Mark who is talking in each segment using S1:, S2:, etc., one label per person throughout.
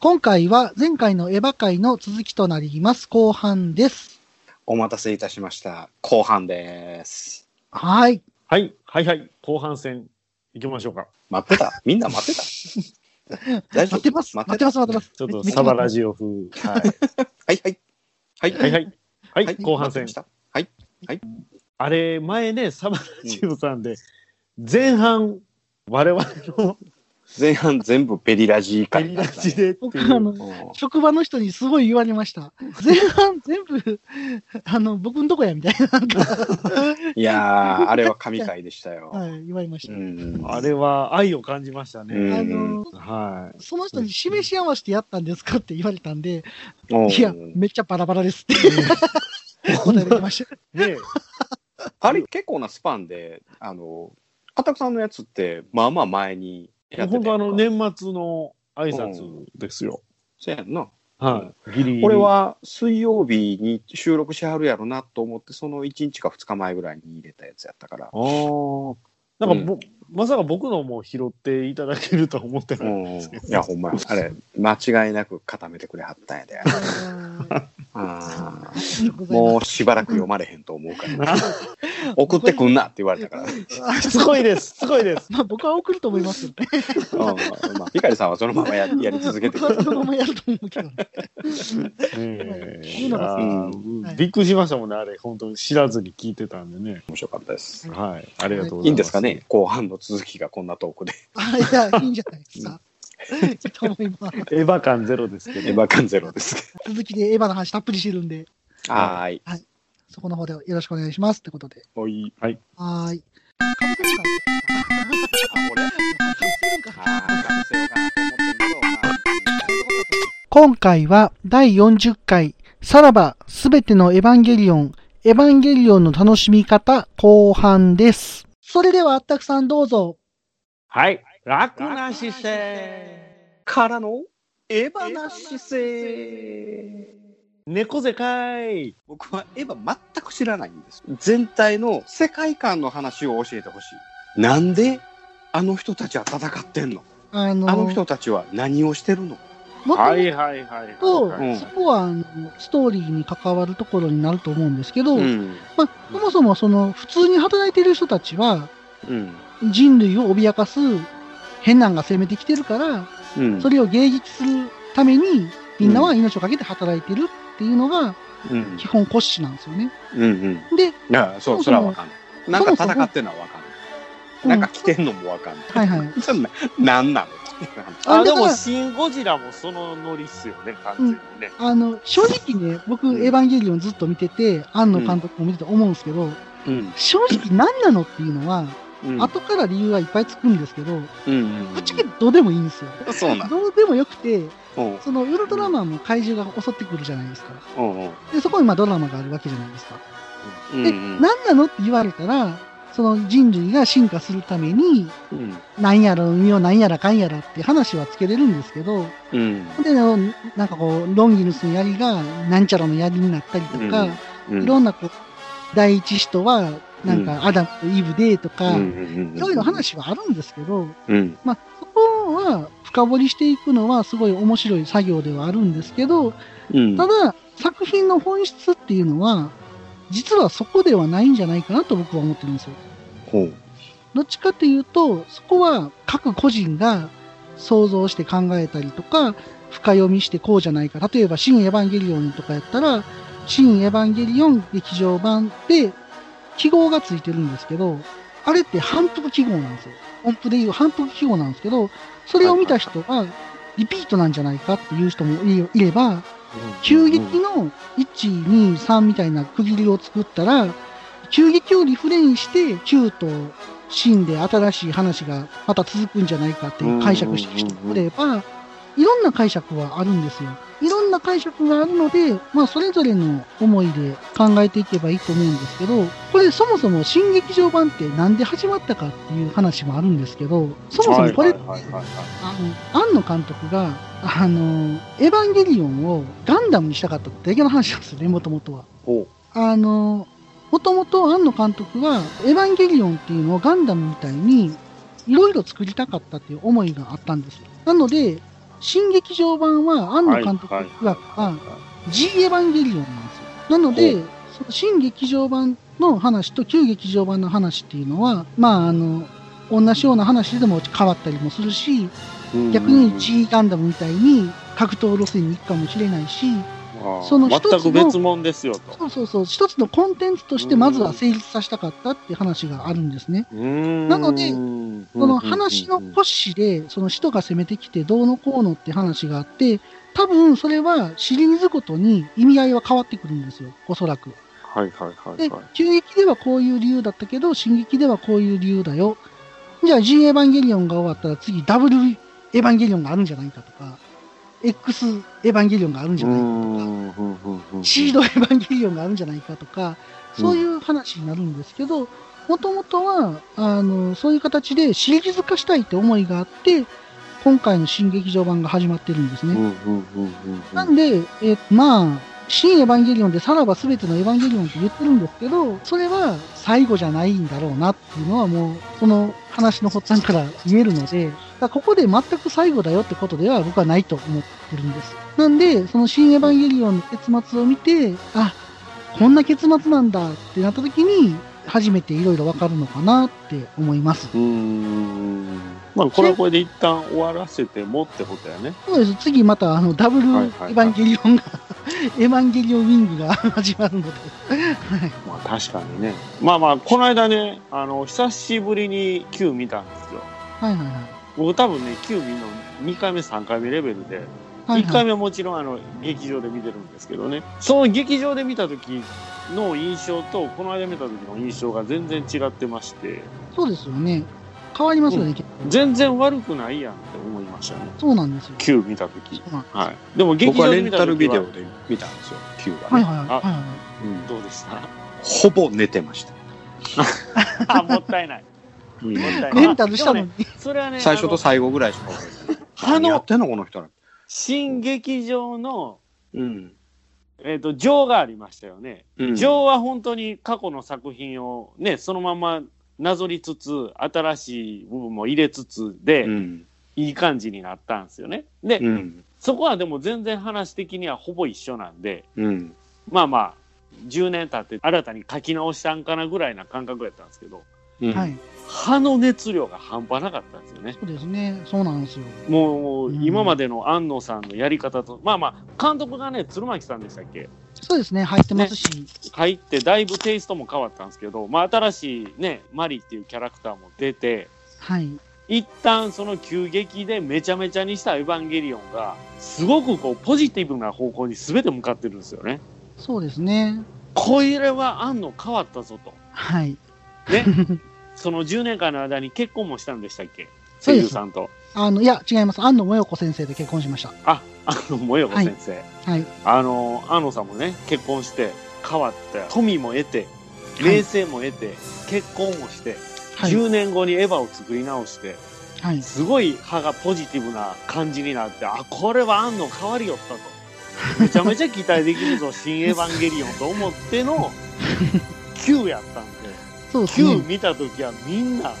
S1: 今回は前回のエヴァ会の続きとなります。後半です。
S2: お待たせいたしました。後半です。
S1: はい。
S3: はい、はい、はい、後半戦行きましょうか。
S2: 待ってたみんな待っ てた大
S1: 待
S2: 丈夫
S1: ってます。待
S2: 待
S1: っ
S2: ってて
S1: ま。
S2: ま
S1: 待って
S2: す
S1: ます。
S3: ちょっとサバラジオ風。は
S2: はいはい。はい
S3: い、はい、はい、はい、後半戦
S2: 待ってまし。た
S3: あれ、前ね、サバラジオさんで、前半、我々の
S2: 前半全部ベリラジー
S3: ペ
S2: 会
S3: リ
S2: だ
S3: ラ
S2: ったね
S3: ジでって
S1: 僕、
S3: い
S1: あ
S3: う。
S1: の、職場の人にすごい言われました。前半 全部、あの、僕んとこやみたいな、なん か、
S2: うんいやー、あれは神回でしたよ。
S1: はい、言われまし
S2: う
S1: た。
S2: ん
S3: あれは愛を感じました
S2: う
S3: ね。
S2: ん
S1: あの、
S3: は
S1: その人に示し合わせてやったんですかって言われたんで、
S2: うん
S1: いや、めっちゃバラバラですって 答えてきま した。
S3: い。ね、
S2: あれ結構なスパンで、あの、アタクさんのやつって、まあまあ前にやって
S3: 本
S2: た
S3: 当
S2: や
S3: あ
S2: んか
S3: の、年末の挨拶ですよ。
S2: そうやんな。
S3: はい。ギリギリ。
S2: 俺、は水曜日に収録しはるやろなと思って、その1日か2日前ぐらいに入れたやつやったから。
S3: ああ。なんかぼ、まさか僕のも拾っていただけるとは思って
S2: う
S3: ない。
S2: ん、いや、ほんまやあれ、間違いなく固めてくれはったんやで。
S1: あ
S2: あー
S1: りがとうござい
S2: も
S1: ま
S2: うしばらく読まれへんと思うから、送ってくんなって言われたから、うん
S1: す。あ
S3: しつこいです、しつこいです。
S1: まあ、僕は送ると思いますよね。
S2: まあ、ピカリさんはそのままややり続けて
S1: 僕は
S2: くれる
S1: そのままやると思うけどね。
S3: ねえ
S1: いいのが
S2: 好き
S3: あ
S1: は
S3: ー
S1: い
S3: びっくりしましたもんね、あれ、本当に知らずに聞いてたんでね。
S2: 面白かったです。
S3: はい、ありがとうございます。
S2: いいんですかね、後半の続きがこんなトークで、
S1: あいや、いいんじゃないですか。いいと思います。
S3: エヴァ感ゼロですけ
S2: エ
S3: ど。
S2: ヴァ感ゼロです。
S1: 続きでエヴァの話たっぷりしてるんで、
S2: はーい。
S1: そこの方でよろしくお願いしますってことで。
S2: おい。
S1: はーい。
S2: あ、俺、あー、感性が
S1: 今回は第40回、さらばすべてのエヴァンゲリオン、エヴァンゲリオンの楽しみ方後半です。それではあったくさんどうぞ。
S3: はい、楽な姿勢。
S2: からの、エヴァな姿勢。
S3: 猫背かい。
S2: 僕はエヴァ全く知らないんです全体の世界観の話を教えてほしいなんであの人たちは戦ってんの
S1: あの、
S2: あの人たちは何をしてるの
S1: もっと
S3: はい
S1: 言う
S3: はいはい
S1: と、
S3: は
S2: う
S3: い。
S2: ん
S1: そこはあのストーリーに関わるところになると思うんですけど、
S2: ん
S1: まあ、そもそもその普通に働いてる人たちは
S2: うん
S1: 人類を脅かす変なんが攻めてきてるから、
S2: うん
S1: それを迎撃するためにみんなは命を懸けて働いてるっていうのが
S2: うん
S1: 基本骨子なんですよね。
S2: うんうん
S1: で、
S2: いや
S1: そ
S2: そ
S1: もそ
S2: うそ
S1: も
S2: れはわかんないなんか戦ってんのはわか
S1: う
S2: ん
S1: ん
S2: ないなんか来てんのもわかんない
S1: はいはい。
S2: そんななんなの
S3: あ、で
S1: だか
S3: も、
S1: ら
S3: シン・ゴジラもそのノリっすよね、完全にね。
S1: あの、正直ね、僕、
S2: うん
S1: エヴァンゲリオンずっと見てて、庵野監督も見てて思うんですけど、
S2: うん
S1: 正直何なのっていうのは、
S2: うん
S1: 後から理由はいっぱいつくんですけど、
S2: うんうん
S1: ぶっちゃけどうでもいいんですよ。
S2: そうなの
S1: どうでもよくて、
S2: うん
S1: そのウルトラマンも怪獣が襲ってくるじゃないですか。
S2: うんうん
S1: で、そこにまあドラマがあるわけじゃないですか。
S2: うん
S1: で、何なのって言われたら、その人類が進化するために、
S2: うん
S1: なんやら海をなんやらかんやらって話はつけれるんですけど、
S2: うん
S1: で、ななんかこう、ロンギヌスの槍がなんちゃらの槍になったりとか、
S2: うん
S1: いろんなこう、第一使徒は、なんかアダムとイブでとか、
S2: うんうんうんうん
S1: いろいろ話はあるんですけど、
S2: うん
S1: まあ、そこは深掘りしていくのはすごい面白い作業ではあるんですけど、
S2: うん
S1: ただ、作品の本質っていうのは、実はそこではないんじゃないかなと僕は思ってるんですよ。
S2: ほう
S1: どっちかというと、そこは各個人が想像して考えたりとか、深読みしてこうじゃないか。例えば、新エヴァンゲリオンとかやったら、新エヴァンゲリオン劇場版で記号がついてるんですけど、あれって反復記号なんですよ。音符でいう反復記号なんですけど、それを見た人は、リピートなんじゃないかっていう人もいいれば、急激の1、2、3みたいな区切りを作ったら、急激をリフレインして、9と真で新しい話がまた続くんじゃないかっていう解釈してる人もいれば、いろんな解釈はあるんですよ。いろんな解釈があるので、まあ、それぞれの思いで考えていけばいいと思うんですけど、これそもそも新劇場版ってなんで始まったかっていう話もあるんですけど、そもそもこれって、
S3: はいはいはいはい
S1: あの、庵野監督が、あの、エヴァンゲリオンをガンダムにしたかったってだけの話なんですよね、もともとは。
S2: ほ
S1: あの、もともと庵野監督は、エヴァンゲリオンっていうのをガンダムみたいに、いろいろ作りたかったっていう思いがあったんですよ。なので、新劇場版は庵野監督
S3: はい
S1: 曰くは G エヴァンゲリオンなんですよ。なので、その新劇場版の話と旧劇場版の話っていうのは、まあ、あの、同じような話でも変わったりもするし、逆に G ガンダムみたいに格闘路線に行くかもしれないし、その一つの
S3: 全く別物ですよと。
S1: そうそうそう、一つのコンテンツとしてまずは成立させたかったって話があるんですね。
S3: な
S1: のでその話の骨子で、その使徒が攻めてきてどうのこうのって話があって、多分それはシリーズごとに意味合いは変わってくるんですよ、おそらく。
S3: はいはいはい
S1: で
S3: はい。、
S1: 急激ではこういう理由だったけど、進撃ではこういう理由だよ。じゃあ G エヴァンゲリオンが終わったら次ダブルエヴァンゲリオンがあるんじゃないかとか、X エヴァンゲリオンがあるんじゃないかとか、シードエヴァンゲリオンがあるんじゃないかとか、そういう話になるんですけど、もともとは、あの、そういう形でシリーズ化したいって思いがあって、今回の新劇場版が始まってるんですね。なんで、えーまあ、新エヴァンゲリオンでさらば全てのエヴァンゲリオンって言ってるんですけど、それは最後じゃないんだろうなっていうのはもう、その話の発端から見えるので、だからここで全く最後だよってことでは僕はないと思ってるんです。なんで、その新エヴァンゲリオンの結末を見て、あ、こんな結末なんだってなった時に、初めていろいろわかるのかなって思います。
S3: うん。まあこれはこれで一旦終わらせてもってことやね。
S1: そうです。次またあのダブルエ
S3: はい
S1: ヴ
S3: はいはい
S1: ァンゲリオンが、 エヴァンゲリオンウィングが 始まるので。
S3: まあ確かにね。まあまあこの間ね、あの久しぶりに Q 見たんですよ。
S1: はいはいはい。
S3: 僕多分ね Q 見るの2回目3回目レベルで、
S1: はい
S3: 1回
S1: はい、
S3: 目はもちろんあの劇場で見てるんですけどねその劇場で見た時の印象とこの間見た時の印象が全然違ってまして
S1: そうですよね。変わりますよね、
S3: うん
S1: 結構
S3: 全然悪くないやんって思いましたね
S1: そうなんですよ。
S3: Q 見た時
S1: そうなん
S3: はいでも劇
S2: 僕は
S3: 場
S2: レ
S3: で見
S2: ン
S3: た時
S2: タルビデ
S3: は
S2: オで見たんですよ、Q がね、
S1: はいはいはい
S3: あ
S1: はいはい。
S2: うん
S3: どうでした
S2: ほぼ寝てました。
S3: あもったいない
S2: うん
S3: もったいない
S1: レンタルしたの
S3: で
S1: に
S3: も、ねそれはね
S2: 最初
S3: あの
S2: と最後ぐらいしか覚えてない。何やってんの、この人ら。
S3: 新劇場の
S2: うん。
S3: えっ、と情がありましたよね
S2: うん
S3: 情は本当に過去の作品をねそのままなぞりつつ新しい部分も入れつつで、
S2: うん。
S3: いい感じになったんですよねで、
S2: うん。
S3: そこはでも全然話的にはほぼ一緒なんで
S2: うん。
S3: まあまあ10年経って新たに書き直したんかなぐらいな感覚やったんですけど
S2: うん
S1: はい、
S3: 歯の熱量が半端なかったんですよね
S1: そうですね。そうなんですよ。
S3: もう
S1: うん
S3: 今までの安野さんのやり方とまあまあ監督がね鶴巻さんでしたっけ
S1: そうですね。入ってますし。
S3: 入ってだいぶテイストも変わったんですけど、まあ、新しいねマリっていうキャラクターも出て
S1: はい。
S3: 一旦その急激でめちゃめちゃにしたエヴァンゲリオンがすごくこうポジティブな方向に全て向かってるんですよね。
S1: そうですね。
S3: これはあんの変わったぞと。
S1: はい。
S3: ね。その10年間の間に結婚もしたんでしたっけ
S1: そう
S3: 声
S1: です
S3: 優さんと。
S1: あの、いや、違います。安野もよこ先生と結婚しました。
S3: あ、あの、もよこ先生。
S1: はい。
S3: あの、安野さんもね、結婚して変わった。富も得て、
S1: い
S3: 名声も得て、結婚もして、
S1: はい。
S3: 10年後にエヴァを作り直して、
S1: はい。
S3: すごい歯がポジティブな感じになって、あ、これはあんの変わりよったと。めちゃめちゃ期待できるぞ、新エヴァンゲリオンと思っての Q やったんで、
S1: そうです
S3: Q
S1: ね。
S3: 見た時はみんな、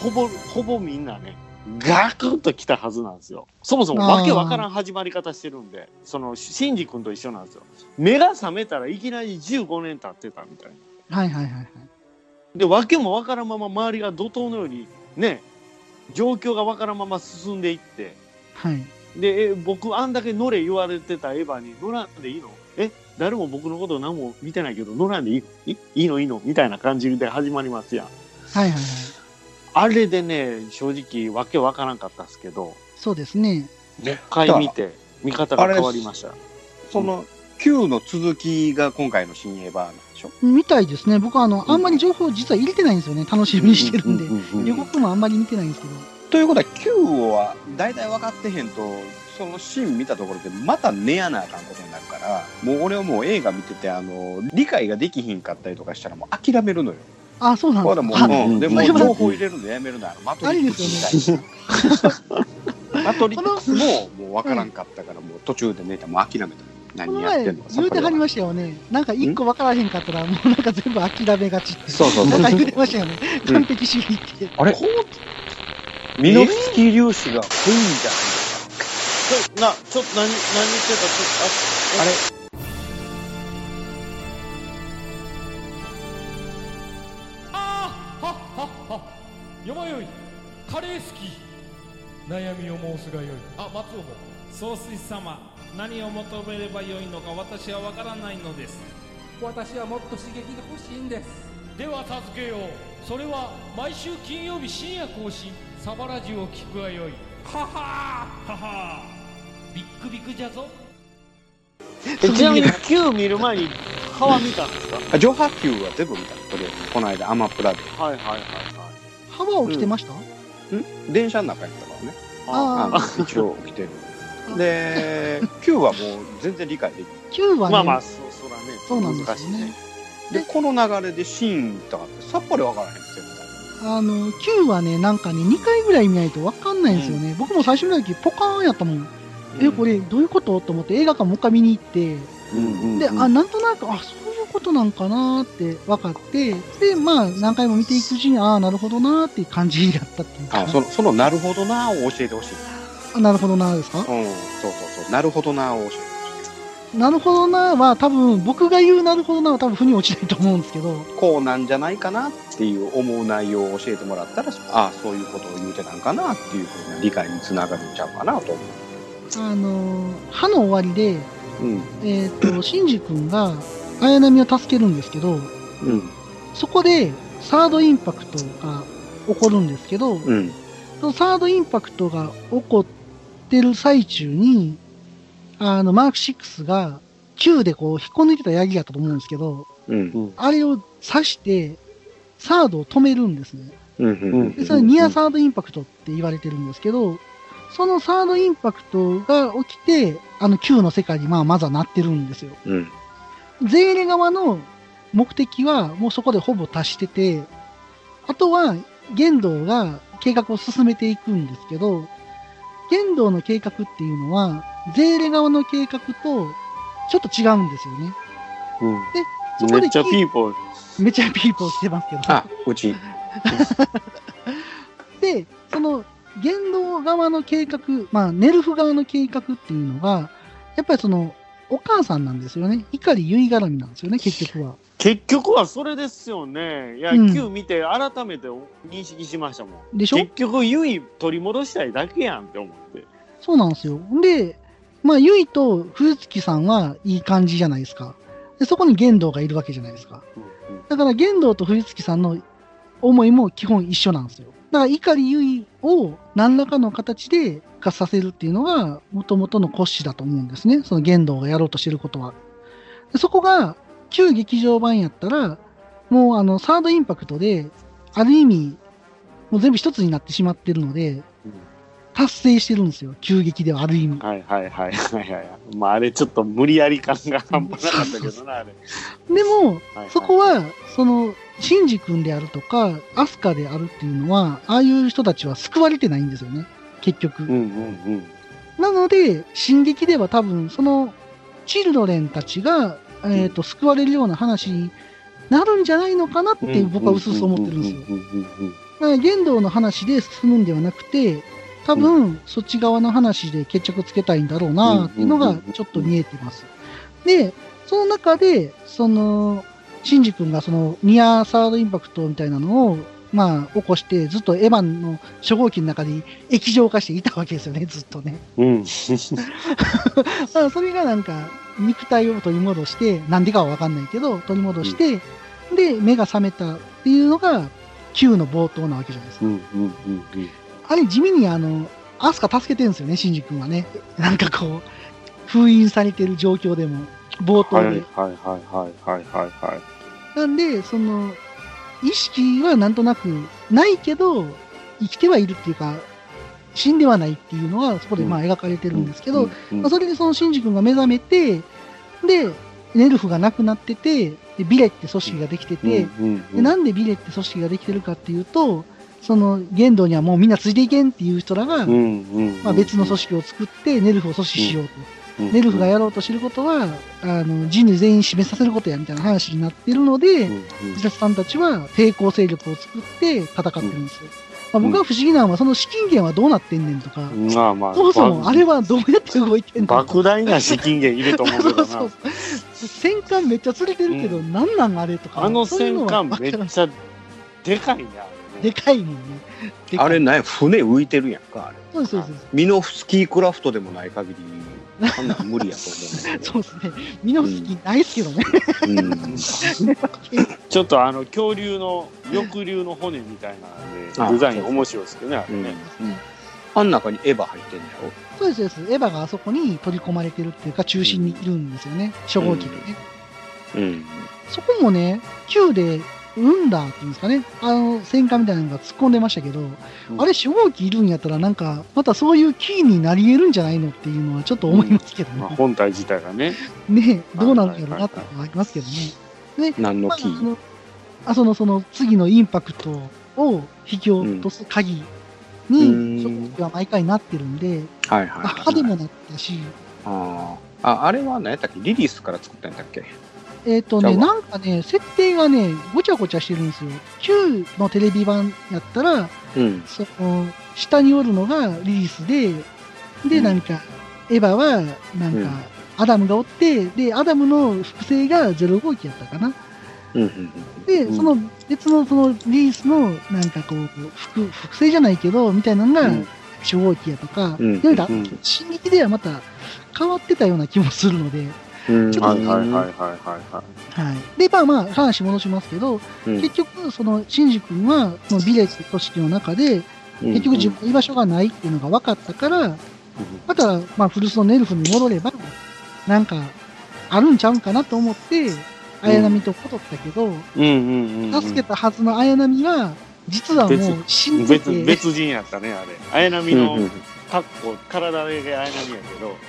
S3: ほぼ、ほぼみんなね、ガクッと来たはずなんですよ。そもそもわけわからん始まり方してるんで、その、シンジ君と一緒なんですよ。目が覚めたらいきなり15年経ってたみたいな。
S1: はいはいはいはい。
S3: で、わけもわからんまま周りが怒涛のように、ね、状況がわからんまま進んでいって、
S1: はい。
S3: で、え僕、あんだけ乗れ言われてたエヴァに乗らんでいいのえ誰も僕のこと何も見てないけど乗らんでいいのいいいのいいのみたいな感じで始まりますやん。
S1: はいはいはい。
S3: あれでね、正直わけわからんかったっすけど、
S1: そうですね。
S3: もう一回見て、見方が変わりました。
S2: その Q の続きが今回の新エヴァなんでしょ。
S1: みたいですね。僕はあの、あんまり情報実は入れてないんですよね。楽しみにしてるんで。
S3: ん
S1: 予告もあんまり見てないんですけど。
S2: ということは Q は大体分かってへんとそのシーン見たところでまた寝やなあかんことになるからもう俺はもう映画見ててあの理解ができひんかったりとかしたらもう諦めるのよ。
S1: あ、そうなん
S2: ほ
S1: で
S2: ら
S1: す
S2: もう、
S1: か。
S2: うんで
S1: そ
S2: も
S1: れは
S2: 情報入れるのやめるならマトリックスみたいな。マトリックスももう分からんかったからもう途中で寝たもう諦めた。
S1: この
S2: 何やっ
S1: 前
S2: てんのかさ
S1: 言
S2: っ
S1: う
S2: ぱ
S1: ては
S2: り
S1: り
S2: わからん
S1: ましたよね。なんか一個分からへんかったら、もうなんか全部諦めがちって。
S2: そうそうそう
S1: なんか言うてましたよね。完璧主義って。
S2: あれ
S3: ミノフスキー粒子が来いんじゃないですか。ょな、ちょっと何、何言ってた、ちょっと、あ、
S2: あれ
S4: あーはっはっはよまよいカレー好き悩みを申すがよいあ松尾も
S5: 総帥様何を求めればよいのか私は分からないのです
S4: 私はもっと刺激が欲しいんですでは助けようそれは毎週金曜日深夜更新サバラジュを聞くがよいははーははービックビックじゃぞ
S3: えちなみに Q 見る前に川見たんですか
S2: あ上波球は全部見たのとりあえずこの間アマプラで
S3: はいはいはいはい。
S1: 幅を着てました、
S2: 電車の中やったからね
S3: あ
S1: あ
S2: あ
S1: あ、
S2: の一応起きてるで Q はもう全然理解できな
S1: Q はね、
S3: まあまあ、そ、そらね。
S1: そうなんですよね
S3: 難しい。
S2: いでこの流れでシーンとかってさっぱりわからへん絶対
S1: あの、Q はね、なんかね、2回ぐらい見ないとわかんないんですよね。僕も最初見た時、ポカーンやったもん。え、これ、どういうことと思って映画館もう一回見に行って、で、あ、なんとなく、あ、そういうことなんかなーって分かって、で、まあ、何回も見ていくうちに、ああ、なるほどなーっていう感じだったっていうか
S2: あそのそのなるほどなを教えてほしい
S1: あなるほどなーですか
S2: うんそうそうそうなるほどなを教えてほし
S1: なるほどなーは多分、僕が言うなるほどなーは多分、腑に落ちないと思うんですけど、
S2: いこうなんじゃないかなっていう思う内容を教えてもらったらああそういうことを言うてなんかなっていうふうな理解につながるんちゃうかなと思
S1: あのー歯の終わりで、
S2: ううん
S1: えっ、と、 シンジ君が綾波を助けるんですけど、
S2: うん
S1: そこで、サードインパクトが起こるんですけど、
S2: うん
S1: そのサードインパクトが起こってる最中に、あの、マーク6が、9でこう、引っこ抜いてたヤギやったと思うんですけど、
S2: うん
S1: あれを刺して、サードを止めるんですね。
S2: うんうん
S1: で、それニアサードインパクトって言われてるんですけど、そのサードインパクトが起きて、あの9の世界にまあまずはなってるんですよ。
S2: うん
S1: ゼーレ側の目的はもうそこでほぼ達してて、あとは玄道が計画を進めていくんですけど、玄道の計画っていうのは、ゼーレ側の計画とちょっと違うんですよね。で、そこ
S3: め
S1: で
S3: っちゃ
S1: キ
S3: ピーポー。
S1: ーめっちゃピーポーしてますけど。
S2: あうち
S1: で、その、言動側の計画、まあ、ネルフ側の計画っていうのが、やっぱりその、お母さんなんですよね。碇結衣絡みなんですよね、結局は。
S3: 結局はそれですよね。いや、
S1: うん
S3: Q 見て改めて認識しましたもん。
S1: でしょ
S3: 結局、ユイ取り戻したいだけやんって思って。
S1: そうなんですよ。で、まあ、結衣と冬月さんはいい感じじゃないですか。で、そこに玄道がいるわけじゃないですか。だから、玄道と冬月さんの思いも基本一緒なんですよ。だから、碇結衣を何らかの形で復活させるっていうのが、元々の骨子だと思うんですね。その玄道がやろうとしてることは。でそこが、旧劇場版やったら、もうあの、サードインパクトで、ある意味、もう全部一つになってしまってるので、達成してるんですよ。急激ではある意味。
S3: はいはいはいはいはい。まあ、あれちょっと無理やり感が半端なかったけどな、あれ。
S1: でも、
S3: はい
S1: そこは、その、シンジ君であるとか、アスカであるっていうのは、ああいう人たちは救われてないんですよね。結局。
S3: うんうんうん。
S1: なので、進撃では多分、その、チルドレンたちが、えっ、と、救われるような話になるんじゃないのかなって、僕はうすうす思ってるんですよ。だから言動の話で進むんではなくて、多分、そっち側の話で決着つけたいんだろうな、っていうのがちょっと見えてます。で、その中で、その、シンジ君がその、ニアサードインパクトみたいなのを、まあ、起こして、ずっとエヴァンの初号機の中に液状化していたわけですよね、 ずっとね。
S3: うん。
S1: だからそれがなんか、肉体を取り戻して、なんでかはわかんないけど、取り戻して、で、目が覚めたっていうのが、Q の冒頭なわけじゃないですか。
S3: うんうんうんうん。
S1: あれ地味にあの、アスカ助けてるんですよね、シンジ君はね。なんかこう、封印されてる状況でも、冒頭
S3: はい
S1: で。
S3: はいはいはいはいはいはい。
S1: なんで、その、意識はなんとなくないけど、生きてはいるっていうか、死んではないっていうのは、そこでまあ描かれてるんですけど、まあ、それでそのシンジ君が目覚めて、で、ネルフがなくなってて、でビレって組織ができてて、でなんでビレって組織ができてるかっていうと、その、玄道にはもうみんなついていけんっていう人らが、まあ、別の組織を作ってネルフを阻止しようと、ネルフがやろうとしてることはあの人類全員死滅させることやみたいな話になってるので、自殺さんたちは抵抗勢力を作って戦ってるんですよ、あ、僕は不思議なのは、その資金源はどうなってんねんとか、
S3: まあまあ。
S1: そもそもあれはどうやって動いてんの
S3: 莫大な資金源いると思うけどな。
S1: そうそう戦艦めっちゃ釣れてるけど、なん、なんあれとか
S3: あの
S1: そういう
S3: 戦
S1: は
S3: 艦めっちゃでかいね。あ
S1: で
S3: れね
S1: かいねんねでかい
S2: あれね船浮いてるやんかあれ
S1: そうですそうです
S2: ミノフスキークラフトでもない限 りあんなん無理やと
S1: そうですねミノフスキーないですけどね、
S2: 思う、ねうん、
S3: ちょっとあの恐竜の翼竜の骨みたいな
S2: あ
S3: ねデザイン面白いですけどね。あれ
S2: うん
S3: ね
S2: あん中にエヴァ入ってんだよ
S1: そうですそうですエヴァがあそこに取り込まれてるっていうか中心にいるんですよね初号機でね、
S2: うん
S1: そこもね、旧で、ウンダーっていうんですかね、あの戦艦みたいなのが突っ込んでましたけど、
S3: ん
S1: あれ、初号機いるんやったら、なんか、またそういうキーになり得るんじゃないのっていうのは、ちょっと思いますけど
S3: まあ
S1: ね、
S3: 本体自体がね。
S1: ねどうなるんやろうなってのはありますけどね。
S2: 何の
S1: まあ、
S2: キ
S1: そ
S2: ー
S1: のあそのその次のインパクトを引き落とす鍵
S2: うん
S1: に、初号機は毎回なってるんで、
S2: はいはい
S1: あ
S2: はい
S1: 歯でもなったし、
S2: あーああれは何やったっけリリースから作ったんだっけ
S1: えっ、とね、
S2: じゃあ
S1: なんかね、設定がね、ごちゃごちゃしてるんですよ。旧のテレビ版やったら、
S2: うん
S1: その下におるのがリリースで、で、
S2: うん
S1: なんか、エヴァは、なん
S2: うん
S1: か、アダムがおって、で、アダムの複製が0号機やったかな。
S2: うんうん
S1: で、
S2: うん
S1: その別のそのリリースの、なんかこう、複複製じゃないけど、みたいなのが
S2: うん
S1: 初号機やとか、
S2: うん
S1: いろいろあっ
S3: うん
S1: 進撃ではまた変わってたような気もするので、
S2: うん
S1: ちょっと
S3: はいはいはいはいはいはい。
S1: はい。で、まあまあ、話戻しますけど、
S2: うん
S1: 結局、その、シンジ君は、そのビレッジ組織の中で、結局自分の居場所がないっていうのが分かったから、また、まあ、古巣のネルフに戻れば、なんか、あるんちゃうんかなと思って、綾波と戻ったけど、
S3: うんうんうんうん。
S1: 助けたはずの綾波は、実はもう死んで
S3: 別
S1: て、
S3: 別人やったねあれ。綾波
S2: うんう
S3: の
S2: ん
S3: 格好体で綾波やけ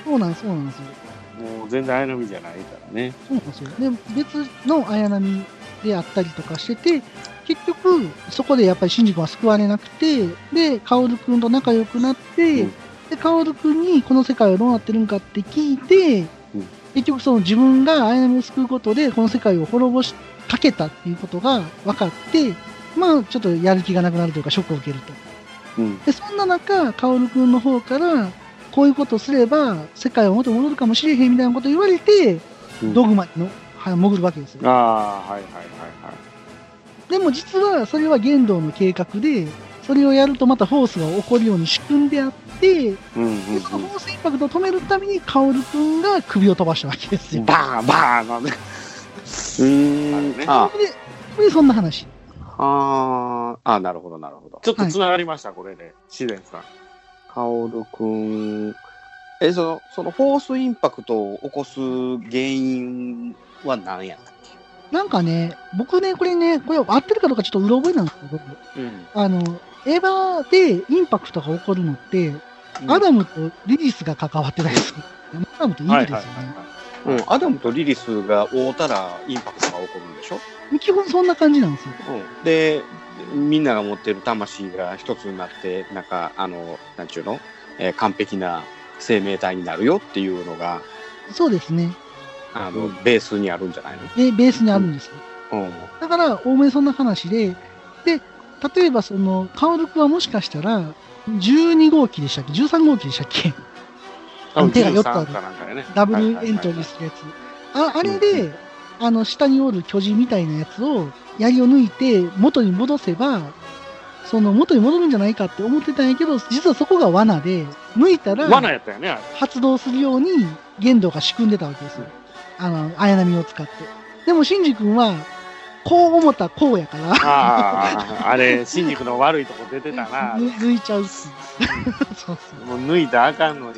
S1: そうなんそうなんですよ。
S3: ど、もう全然綾波じゃないからね。
S1: そうなんですよ。で、別の綾波であったりとかしてて、結局、そこでやっぱりシンジ君は救われなくて、で、カオル君と仲良くなって、
S3: うん
S1: で、カオル君にこの世界はどうなってるんかって聞いて、
S3: うん
S1: 結局その自分が綾波を救うことで、この世界を滅ぼしかけたっていうことが分かって、まあ、ちょっとやる気がなくなるというか、ショックを受けると。
S3: うん
S1: で、そんな中、カオル君の方から、こういうことすれば、世界は元に戻るかもしれへんみたいなこと言われて、
S3: うん
S1: ドグマの、はい、潜るわけですよ。
S3: ああはいはいはいはい。
S1: でも実はそれは玄道の計画で、それをやるとまたフォースが起こるように仕組んであって、で
S3: うんうん
S1: そのフォースインパクトを止めるために、カオル君が首を飛ばしたわけです
S3: う
S1: よ。
S3: ん。バーンバーンなんで。
S2: うん
S3: ね
S2: あ
S1: で、でそんな話。
S2: あーあーなるほどなるほど
S3: ちょっとつながりました、これで、自然さん。
S2: カオルくんえそのそのフォースインパクトを起こす原因は何やったっ
S1: なんかね、僕ね、これね、これ合ってるかどうかちょっとうろ覚えなんですけど、
S2: け、うん
S1: あの、エヴァでインパクトが起こるのって、アダムとリリースが関わってたりする。アダムとイブですよね。
S2: うん、アダムとリリスが会うたらインパクトが起こるんでしょ、
S1: 基本そんな感じなんですよ。
S2: うん、でみんなが持ってる魂が一つになってなんかあのなんちゅうの、えー完璧な生命体になるよっていうのが
S1: そうですね。
S2: あの、ベースにあるんじゃない
S1: で、ベースにあるんですよ。
S2: の、うん
S1: だから、おおむねそんな話で、で、例えばその、カオル君はもしかしたら、12号機でしたっけ ?13 号機でしたっけ
S3: 多分
S1: 手が
S3: 13
S1: よっとある
S3: かなんかでね。
S1: ダブルエントリーするやつ。ああれで、あの、下におる巨人みたいなやつを、槍を抜いて、元に戻せば、その、元に戻るんじゃないかって思ってたんやけど、実はそこが罠で、抜いたら、
S3: 罠やったよね、あれ
S1: 発動するように玄道が仕組んでたわけですよ。あの、綾波を使って。でも、シンジ君は、こう思ったこうやから、
S3: ああ、あれ、新宿の悪いとこ出てたな。
S1: ぬ 抜いちゃうっす。そうそう。
S3: もう抜いたらあかんのに、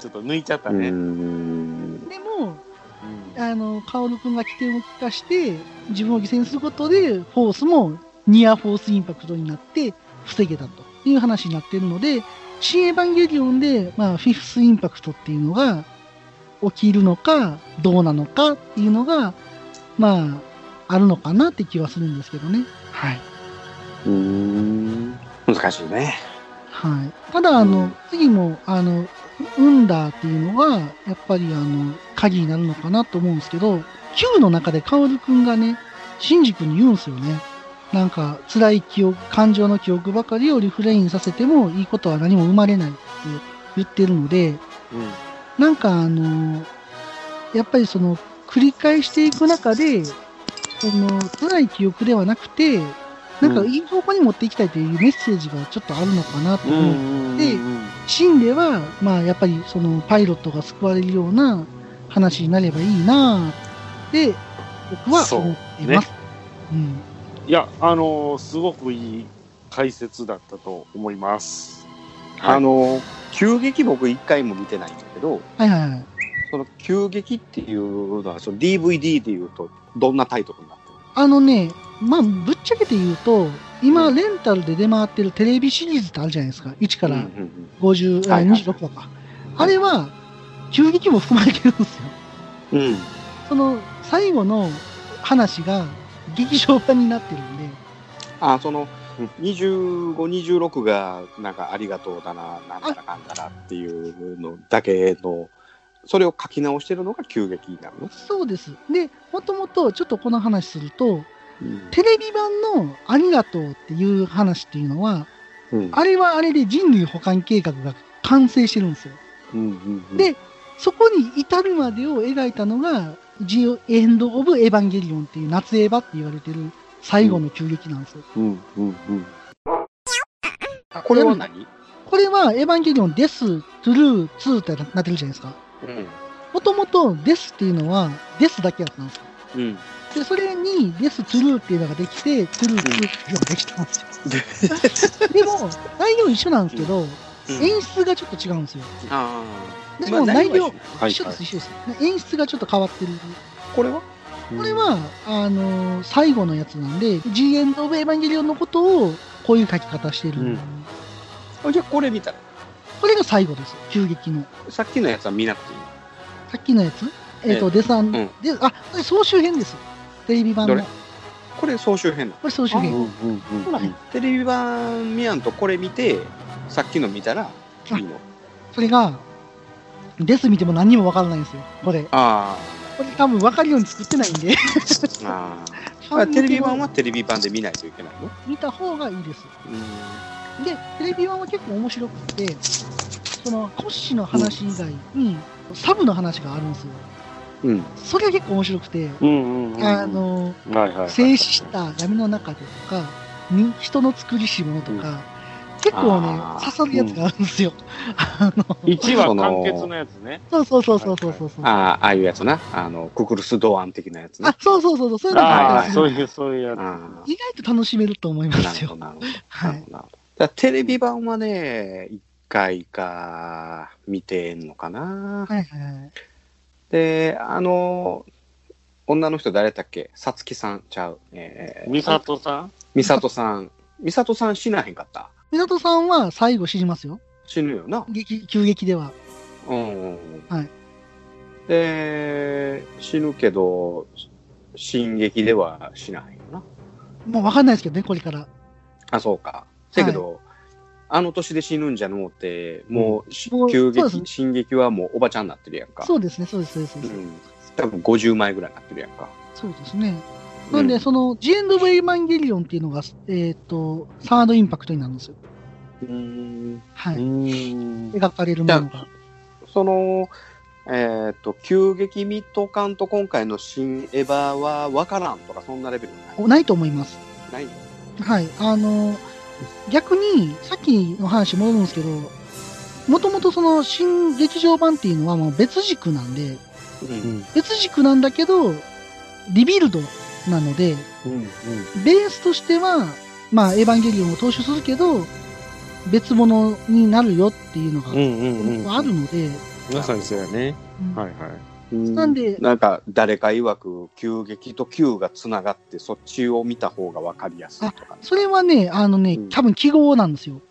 S3: ちょっと抜いちゃった
S2: う
S3: ね。
S2: ん
S1: でも、
S3: うん
S1: あの、カオル君が起点を利かして、自分を犠牲にすることで、フォースもニアフォースインパクトになって、防げたという話になっているので、新エヴァンゲリオンで、まあ、フィフスインパクトっていうのが起きるのか、どうなのかっていうのが、まあ、あるのかなって気はするんですけどね。はい。
S2: うん難しいね
S1: はい。ただ、あの、
S2: うん
S1: 次も、あの、ウンダーっていうのが、やっぱり、あの、鍵になるのかなと思うんですけど、Q の中でカオルくんがね、シンジ君に言うんですよね。なんか辛い記憶、感情の記憶ばかりをリフレインさせてもいいことは何も生まれないって言ってるので、なんかあの、やっぱりその繰り返していく中で、その辛い記憶ではなくて、なんかいい方向に持っていきたいというメッセージがちょっとあるのかなと思う。で、シンでは、まあやっぱりそのパイロットが救われるような話になればいいなって、僕は思っています。うん
S3: いや、あのーすごくいい解説だったと思います。
S2: あの急激僕一回も見てないんだけど
S1: はいはいはい。
S2: その急激っていうのはその DVD でいうとどんなタイトルになってる
S1: あのね、まあ、ぶっちゃけて言うと、今、レンタルで出回ってるテレビシリーズってあるじゃないですか。1か
S2: の
S1: ら
S2: うんうん
S1: 50、
S2: はいはい
S1: あ26話か。あれは、急激も含まれてるんですよ。
S2: うんうん
S1: その、最後の話が劇場版になってるんで、
S2: あその
S3: うん
S2: 2526がなんか「ありがとうだな」なんだらかんだらっていうのだけのそれを書き直してるのが急激になるの、
S1: そうです。で、もともと、ちょっとこの話すると、テレビ版のありがとうっていう話っていうのは、
S2: うん
S1: あれはあれで人類保管計画が完成してるんですよ。
S2: うんうんうん
S1: でそこに至るまでを描いたのが、ジオエンド・オブ・エヴァンゲリオンっていう夏エヴァって言われてる最後の急激なんですよ。
S2: うんうんうんこれは何、
S1: これはエヴァンゲリオンデス、トゥルー、ツーってなってるじゃないですか。
S2: うん
S1: もともとデスっていうのはデスだけやったんですよ。
S2: うん、
S1: で、それにデス、トゥルーっていうのができて、トゥルー、ツーっていうのができたんですよ。でも、内容一緒なんですけど、演出がちょっと違うんですよ。
S2: あ
S1: で
S2: あ
S1: も内容、
S2: は
S1: 一緒です、一緒です。演出がちょっと変わってる。
S2: これは
S1: これは、あのー最後のやつなんで、G エンド・オブ・エヴァンゲリオンのことを、こういう書き方してる、
S3: うん
S2: あじゃあこれ見たら
S1: これが最後です、急激の。
S2: さっきのやつは見なくていい
S1: さっきのやつえっ、と、デサン、
S2: うん
S1: で、あ、これ総集編です。テレビ版
S2: ど
S1: の。
S2: れ
S1: こ
S2: これ総集編な
S1: れ総集編。
S2: のほらテレビ版見やんとこれ見てさっきの見たらいいの
S1: それが、デス見ても何にもわからないんですよ、これ。
S2: あ
S1: これ多分分かるように作ってないん で。
S2: ーあーあテレビ版はテレビ版で見ないといけないの
S1: 見た方がいいです。
S2: う
S1: で、テレビ版は結構面白くて、その、コッシーの話以外に、サブの話があるんですよ。
S2: んうん
S1: それが結構面白くて、
S3: うんうんうん
S1: あのー、
S3: はいはいはい
S1: 静止した闇の中でとか、に人の作りし者とか、結構ね
S2: あー、
S1: 刺さるやつがあるんですよ。 あの、
S3: 一話完結のやつね。
S1: そうそうそうそうそうそうそう。あ
S2: ああああいうやつなあのククルス・ドアン的なやつな
S1: そうそうそうそう、そういうのがあ
S3: あ
S1: っ
S3: あ、
S1: た
S3: そ
S1: り
S3: ういう、そういうや
S2: あ
S3: つ。
S2: ー
S1: 意外と楽しめると思いま
S2: な
S1: す
S2: るほ
S1: よ
S2: ど。なるほど
S1: は
S2: ないる。ほどなるほどだからテレビ版はね一回か見てんのかな
S1: はいはいはい。
S2: であの女の人誰だっけさつきさんちゃうえー
S3: 美里さん
S2: みさとさんみさとさん死なへんかった
S1: 港さんは最後死にますよ。
S2: 死ぬよな
S1: 劇急激では。
S2: うんうんうん
S1: はい
S2: で死ぬけど進撃では死なへんよな
S1: もうわかんないですけどね、これから。
S2: あ、そうか。せやけど、あの年で死ぬんじゃのうって、もうし、
S1: もう
S2: 急
S1: そうです
S2: 激
S1: ね、
S2: 進撃はもうおばちゃんになってるやんか。
S1: そうですね、そうです、そうです。そう
S2: う
S1: です
S2: ん。多分50枚ぐらいになってるやんか。
S1: そうですね。なん
S2: う
S1: で、その、ジエンド・ウェイマンゲリオンっていうのが、えっと、サードインパクトになるんですよ。
S2: うん
S1: は
S3: う
S1: い。
S3: ん。
S1: 描かれるものが。
S2: その、えっ、と、急激ミッドカンと今回の新エヴァは分からんとか、そんなレベルない。
S1: ないと思います。
S2: ない
S1: はい、あの逆にさっきの話戻るんですけど、もともとその新劇場版っていうのはもう別軸なんで、
S2: うん。
S1: 別軸なんだけど、リビルドなので、ベースとしては、まあ、エヴァンゲリオンを踏襲するけど、別物になるよっていうのが、
S3: うんうんうん。
S1: あるので、
S3: まさにそうやね。
S1: うん
S3: はいはい。
S1: なんで
S2: なんか誰か曰く急激と急がつながってそっちを見た方が分かりやすいとか、ね、
S1: それはね、あのね
S2: うん、
S1: 多分記号なんですよ。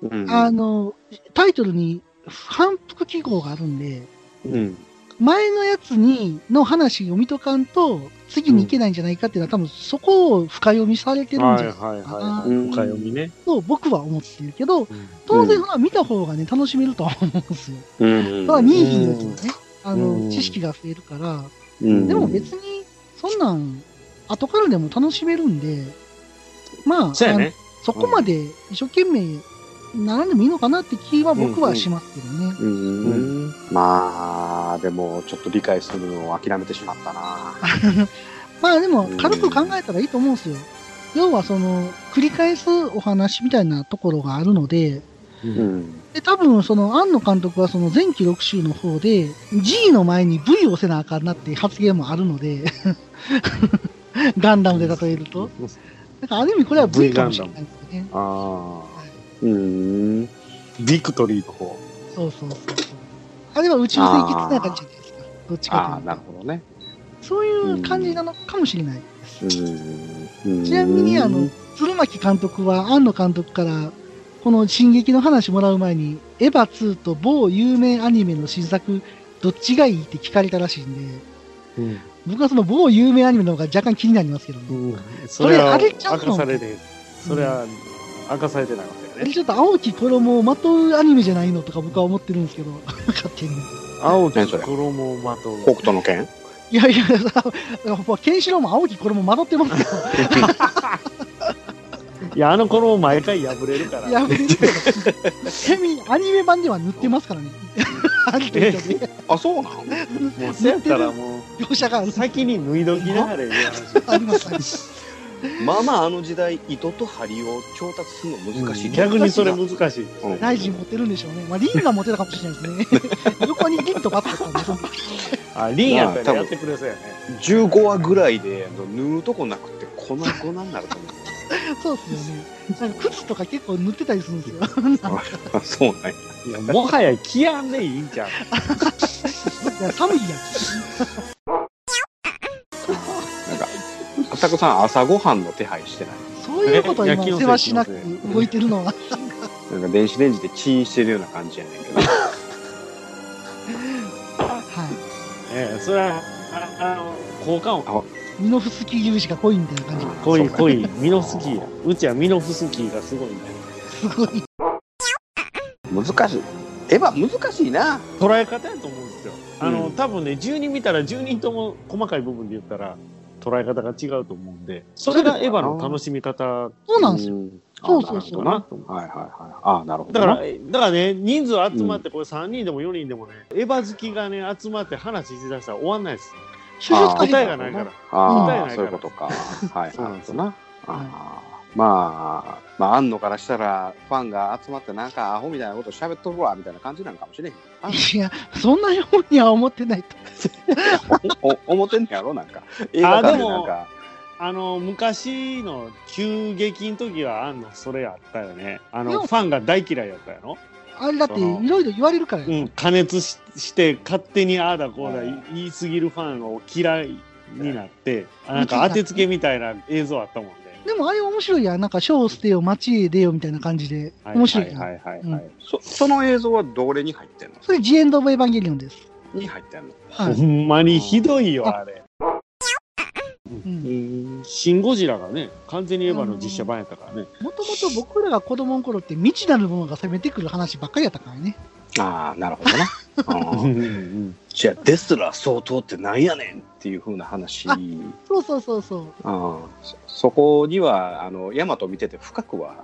S2: うん
S1: あの、タイトルに反復記号があるんで、
S2: うん
S1: 前のやつにの話を見とかんと次に行けないんじゃないかっていうのは、多分そこを深読みされてるん
S3: は
S1: じ
S3: い
S1: ゃない
S3: はい
S1: かな
S3: はい。
S2: う
S3: お
S2: ん
S3: か読みね。
S1: と僕は思ってるけど当然まあ見た方がね楽しめるとは思うんですよ。
S2: うん
S1: まあ任意ですよね。あ
S3: う
S1: の
S3: ん
S1: 知識が増えるから
S2: うん
S1: でも別にそんなん後からでも楽しめるんでまあ、
S3: そうや
S1: あの
S3: ね。
S1: そこまで一生懸命ならんでもいいのかなって気は僕はしますけどね。
S2: う
S3: うん。
S2: まあでもちょっと理解するのを諦めてしまったな
S1: まあでも、軽く考えたらいいと思うんですよ。要は、その、繰り返すお話みたいなところがあるので、
S2: うん
S1: で、多分、その、庵野監督は、その、前期6週の方で、G の前に V をせなあかんなっていう発言もあるので、 ガンダムで例えると。だから、ある意味、これは V かもしれないですよね。
S3: ああ。
S2: うん
S3: ビクトリーの方。
S1: そうそうそうそう。あれは宇宙世紀的な感じじゃないですか。どっち
S2: ああ
S1: か
S2: なるほどね
S1: というと。そういう感じなのかもしれない。
S2: うん
S1: ちなみに、あの、鶴巻監督は、庵野監督から、この進撃の話もらう前に、エヴァ2と某有名アニメの新作、どっちがいいって聞かれたらしいんで、
S3: うん。
S1: 僕はその某有名アニメの方が若干気になりますけどね。
S3: それは
S1: あれちゃう
S3: 明
S1: の
S3: かされて、それは明かされてなかった
S1: あ
S3: よ
S1: れ
S3: ね。
S1: ちょっと青き衣をまとうアニメじゃないのとか僕は思ってるんですけど、勝手に。
S3: 青
S2: 何
S3: き
S2: それ
S3: 衣をまとう。
S2: 北斗の剣
S1: いやい や、ケンシロウも青き衣まとってますよ。
S3: いや、あの衣毎回破れるから。
S1: やめて。ちなみにアニメ版では塗ってますからね。ある程度ね
S2: あそうなの
S3: もう、せやったらもう、
S1: 描写がある
S3: 先に脱いどきながらやる話
S1: ありますあります
S2: まあまああの時代糸と針を調達するの難しい、
S3: 逆にそれ難しい。
S2: うん
S1: 大臣持ってるんでしょうね。まあ、リンが持ってたかもしれないですね。横にリンとバットだったんでその時、
S3: あ、リンや
S2: まあ
S3: った
S2: 多
S3: ら
S2: 分
S3: やってくれそうやね。
S2: 15話ぐらいであの縫うとこなくて粉々になると思う
S1: そうですよね。なんか靴とか結構塗ってたりするんですよ。
S2: あそう なんや
S3: いや、もはや着やんでいいんちゃう
S1: いや寒いやん。
S2: なんかタコさん朝ごはんの手配してない
S1: そういうことを今、
S3: 野球の
S1: 世話しなく
S3: 選手の
S1: 動いてるのは、
S2: なんか電子レンジでチンしてるような感じやねんけど
S1: はい。
S3: ええ、それは、ああの、効果音。
S1: ミノフスキー粒子が濃いみたいな感じ。
S3: 濃い
S2: そうか
S3: 濃い、ミノフスキーや。うちはミノフスキーがすごいね。
S1: すごい。
S2: 難しいエヴァ難しいな
S3: 捉え方やと思うんですよ。あの、
S2: うん
S3: 多分ね、10人見たら10人とも細かい部分で言ったら、捉え方が違うと思うんで、それがエヴァの楽しみ方
S1: そうなんですよ。
S2: よ
S1: そうそうそう
S3: か
S2: な
S3: な
S2: る
S3: と思う
S2: ほどなはいはいはいああなるほど
S3: だ
S2: な
S3: から、だからね、人数集まって、これ3人でも4人でもね、エヴァ好きがね、集まって話しだしたら終わんないです。
S1: 就職
S2: あー
S1: 活動
S3: 答えがないから。
S1: 答え
S2: あ
S3: ない
S2: あ
S3: から
S2: そういうこと かはい
S3: そうなんですよ
S2: なあーまあまあ安野からしたらファンが集まってなんかアホみたいなこと喋っとるわみたいな感じなんかもしれへん
S1: いや、そんなようには思ってないと。
S2: おお思ってんねやろなんか映画館でなんか
S3: あの、昔の急激の時は、あんの、それあったよね。あ
S1: いや
S3: の、ファンが大嫌いやったやろ
S1: あれだって、いろいろ言われるから
S3: う
S1: よ。
S3: ん、加熱しして、勝手にああだこうだ
S2: う
S3: 言
S2: ん
S3: い過ぎるファンを嫌いになって、あなんか当てつけみたいな映像あったもんね。
S1: でも、あれ面白いやん。なんか、ショーを捨てよ、街へ出よ、みたいな感じで。
S3: はい
S1: 面白いやん。
S3: はいはいはい
S1: うん
S3: はい。
S2: そその映像はどれに入ってんの
S1: それ、ジエンド・オブ・エヴァンゲリオンです。
S2: に入ってんの
S1: は
S3: ほ
S1: い。
S3: んまにひどいよ、あれ。
S1: うん
S3: シン・ゴジラがね、完全にエヴァの実写版やったからね。
S1: もともと僕らが子供の頃って未知なるものが攻めてくる話ばっかりやったからね。
S2: ああなるほ どな
S3: う
S2: あ
S3: ん
S2: ー
S3: うん
S2: じゃあデスラ相当ってなんやねんっていう風な話
S1: あそうそうそうそう。
S2: ああそそこにはあのヤマト見てて深くは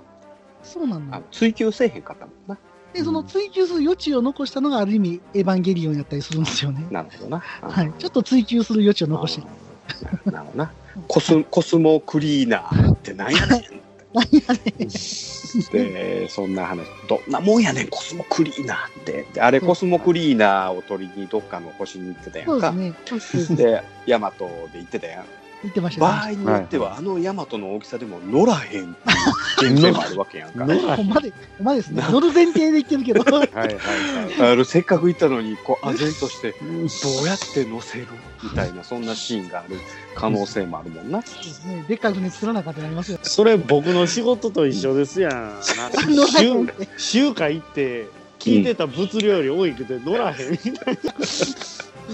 S1: そうな
S2: あ
S1: の
S2: の。追求せえへんかったもんな
S1: で、その追求する余地を残したのがある意味、エヴァンゲリオンやったりするんですよね。
S2: なるほどなああ
S1: はい。ちょっと追求する余地を残してる。
S2: ななるほどなコスコスモクリーナーってなんやねん
S1: 何 やねん。
S2: で そんな話どんなもんやねんコスモクリーナーってであれコスモクリーナーを取りにどっかの星に行ってたや
S1: そ
S2: ん
S1: うです
S2: か
S1: ね。そうですね
S2: でヤマトで行ってたやん
S1: 言ってました
S2: 場
S1: ね。
S2: 合によってはあのヤマトの大きさでも乗らへんっていう現象もあるわけや んか
S3: 乗らへ
S1: ほんまで、ほんまですね。乗る前提で言ってるけど。
S3: はいはいはい。
S2: あのせっかく行ったのにこう唖然としてどうやって乗せるみたいなそんなシーンがある可能性もあるもんな。
S1: そうですねでっかい船作らなかったらありますよ。
S3: それ僕の仕事と一緒ですやん。
S1: 乗らへんっ
S3: 週
S1: て。
S3: 週会行って聞いてた物量より多いくて乗らへんみたい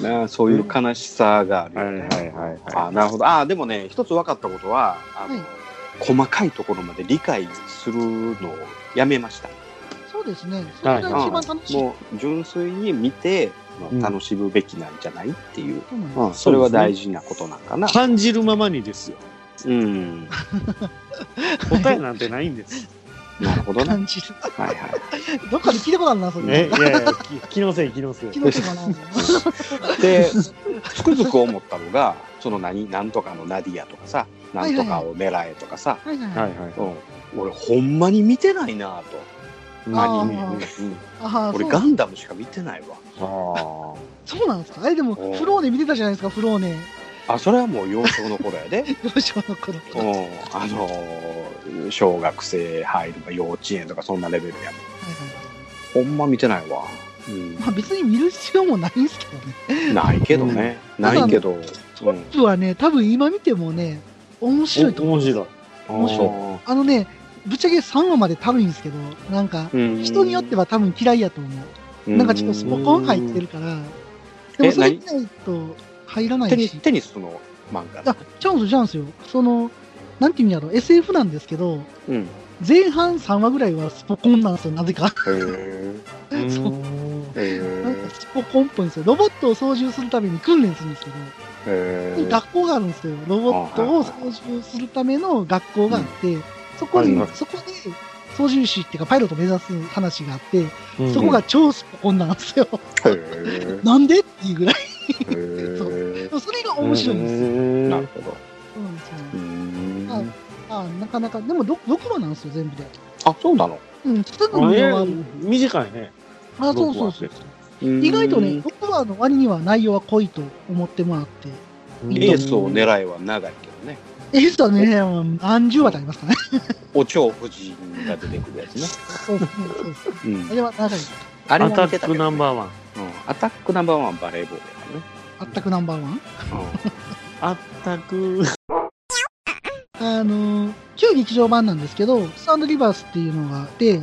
S2: なあそういう悲しさがあるよね。
S3: いはい
S2: あなるほどあでもね一つ分かったことはあの、
S1: はい
S2: 細かいところまで理解するのをやめました。
S1: そうですね。それが一番楽しい。
S2: もう純粋に見て、まあ
S3: うん
S2: 楽しむべきなんじゃないっていう、
S1: そうなんです
S2: うんそれは大事なことなんかな。
S3: 感じるままにですよ。
S2: うん
S6: 答えなんてないんです。
S2: なるほどね。
S1: 感じる。
S2: はいはい。
S1: どっかで聞いたことあるな、そ
S6: え
S1: れ。
S6: いやいや、き気のせい、気のせい。
S1: 気のせいかな。
S2: で、つくづく思ったのが、その何、なんとかのナディアとかさ、なんとかを狙えとかさ、
S1: はいはい
S6: は
S1: はいい。
S6: はい。
S2: うん、俺ほんまに見てないなぁと。
S1: あー
S2: アニメ、うん
S1: ああ、そ
S2: 俺
S1: う
S2: ガンダムしか見てないわ。
S6: あ
S1: そうなんですか。あれでも、
S2: おう
S1: フローネ見てたじゃないですか、フローネ。
S2: あ、それはもう幼少の頃やで。
S1: 幼少の頃。
S2: うん、あのー小学生入るか幼稚園とかそんなレベルやもん
S1: はいはい
S2: ほんま見てないわ、う
S1: まあ別に見る必要もないんですけどね。
S2: ん、ないけどね、ないけど、うん、
S1: トップはね、多分今見てもね、面白い
S6: あ。
S1: と思う。
S6: 面白い。
S1: 面白あのね、ぶっちゃけ3話まで多分いいんですけど、なんか、
S2: うん
S1: 人によっては多分嫌いやと思
S2: う
S1: う。なんかちょっとスポコン入ってるから、でもそれ見ないと入らな
S2: テ
S1: い
S2: ニ
S1: し。
S2: テニスの漫画
S1: あ、ちゃうんですよ、ちゃうんですよ。その、なんていうんやろ、SF なんですけど、
S2: うんへ
S1: 前半3話ぐらいはスポコンなんですよ、なぜか。
S2: え
S1: そうな
S2: へ
S1: ん
S2: え
S1: かスポコンっぽいんですよ。ロボットを操縦するために訓練するんですけど、
S2: へえ
S1: 学校があるんですよ。ロボットを操縦するための学校があって、そこに
S2: はい、
S1: そこで操縦士っていうかパイロットを目指す話があって、
S6: うん
S1: そこが超スポコンなんですよ。
S2: へえ
S1: なんでっていうぐらい。そ
S2: へ
S1: でもそれが面白いんですよ。
S2: え
S6: す
S2: なるほど
S1: そうなんですよ
S2: うーん
S1: あなかなか、でも 6, 6話なんですよ、全部で。
S2: あそうなの
S1: うん、すぐ
S6: あ
S1: 見終
S6: え
S1: わる。
S6: 短いね。
S1: あ、そうそうそう。意外とね、6話の割には内容は濃いと思ってもらって。
S2: エースを狙いは長いけどね
S1: え実はね、もう何十話とありますかね。
S2: お蝶夫人が出てくるやつね、
S1: そうですね、そうですね。
S2: うん
S1: あ、れは長い。
S2: あれ
S6: ア
S2: は
S6: タ
S2: 見て
S6: ッ
S2: たけ
S6: ク
S2: どね
S6: ナンバーワン。
S2: うんアタックナンバーワンバレーボールやからね
S1: あったくナンバーワン。
S6: アタック。
S1: あのー、旧劇場版なんですけど、スタンドリバースっていうのがあって、で、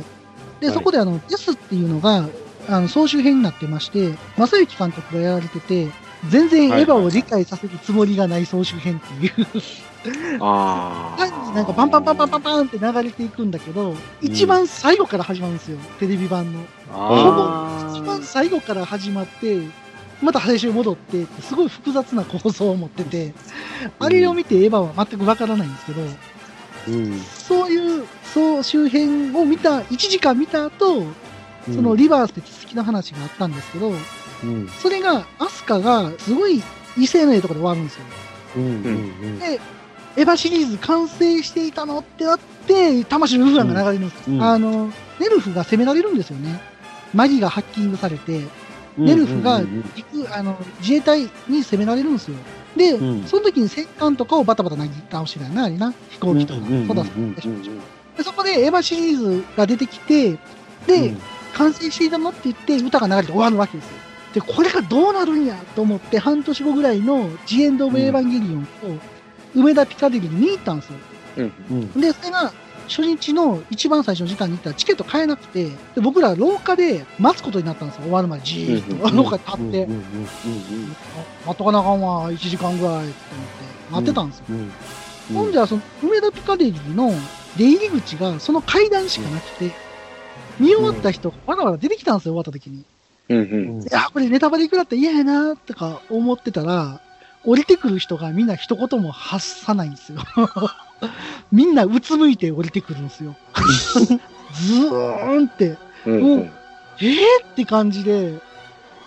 S6: はい
S1: そこであの、デスっていうのが、あの、総集編になってまして、正幸監督がやられてて、全然エヴァを理解させるつもりがない総集編っていう、
S2: あ
S1: 単になんかパンパンパンパンパンパンって流れていくんだけど、一番最後から始まるんですよ、テレビ版の。一番最後から始まって、また最初に戻ってって、すごい複雑な構造を持ってて、あれを見てエヴァは全くわからないんですけど、
S6: うん
S1: そういう総集編を見た、1時間見た後、そのリバースって続きの話があったんですけど、
S6: うん
S1: それが、アスカがすごい異性の絵とかで終わるんですよ。
S6: うんうん
S1: エヴァシリーズ完成していたのってなって、魂のルフランが流れるんです、
S6: うんうん
S1: あの、ネルフが攻められるんですよね。マギがハッキングされて、
S6: うん
S1: ネルフが
S6: うん
S1: 行くあの自衛隊に攻められるんですよ。で、
S6: ん
S1: その時に戦艦とかをバタバタ投げ倒してたよな、あれな、飛行機とか。
S6: うんうんうん
S1: そうだ
S6: うん
S1: そうだでそこでエヴァシリーズが出てきて、で、
S6: うん
S1: 完成していたのって言って、歌が流れて終わるわけですよ。で、これがどうなるんやと思って、半年後ぐらいのジエンド・オブ・エヴァンゲリオンと、梅田ピカデリーに見に行ったんですよ。
S6: うん
S1: で、それが、初日の一番最初の時間に行ったらチケット買えなくて、で僕ら廊下で待つことになったんですよ、終わるまでじーっと。廊下立って。
S6: うんうん
S1: あ待っとかなあかんわ、1時間ぐらいって思って、待ってたんですよ。
S6: うんうんうん
S1: ほんじゃ、その、梅田ピカデリーの出入り口が、その階段しかなくて、見終わった人、わらわら出てきたんですよ、終わった時に。い
S2: うんうん
S6: うん
S1: や、これネタバレいくらって嫌やな、とか思ってたら、降りてくる人がみんな一言も発さないんですよ。 みんなうつむいて降りてくるんで すよ。ずーんって。
S2: うんうん
S1: えー、って感じで、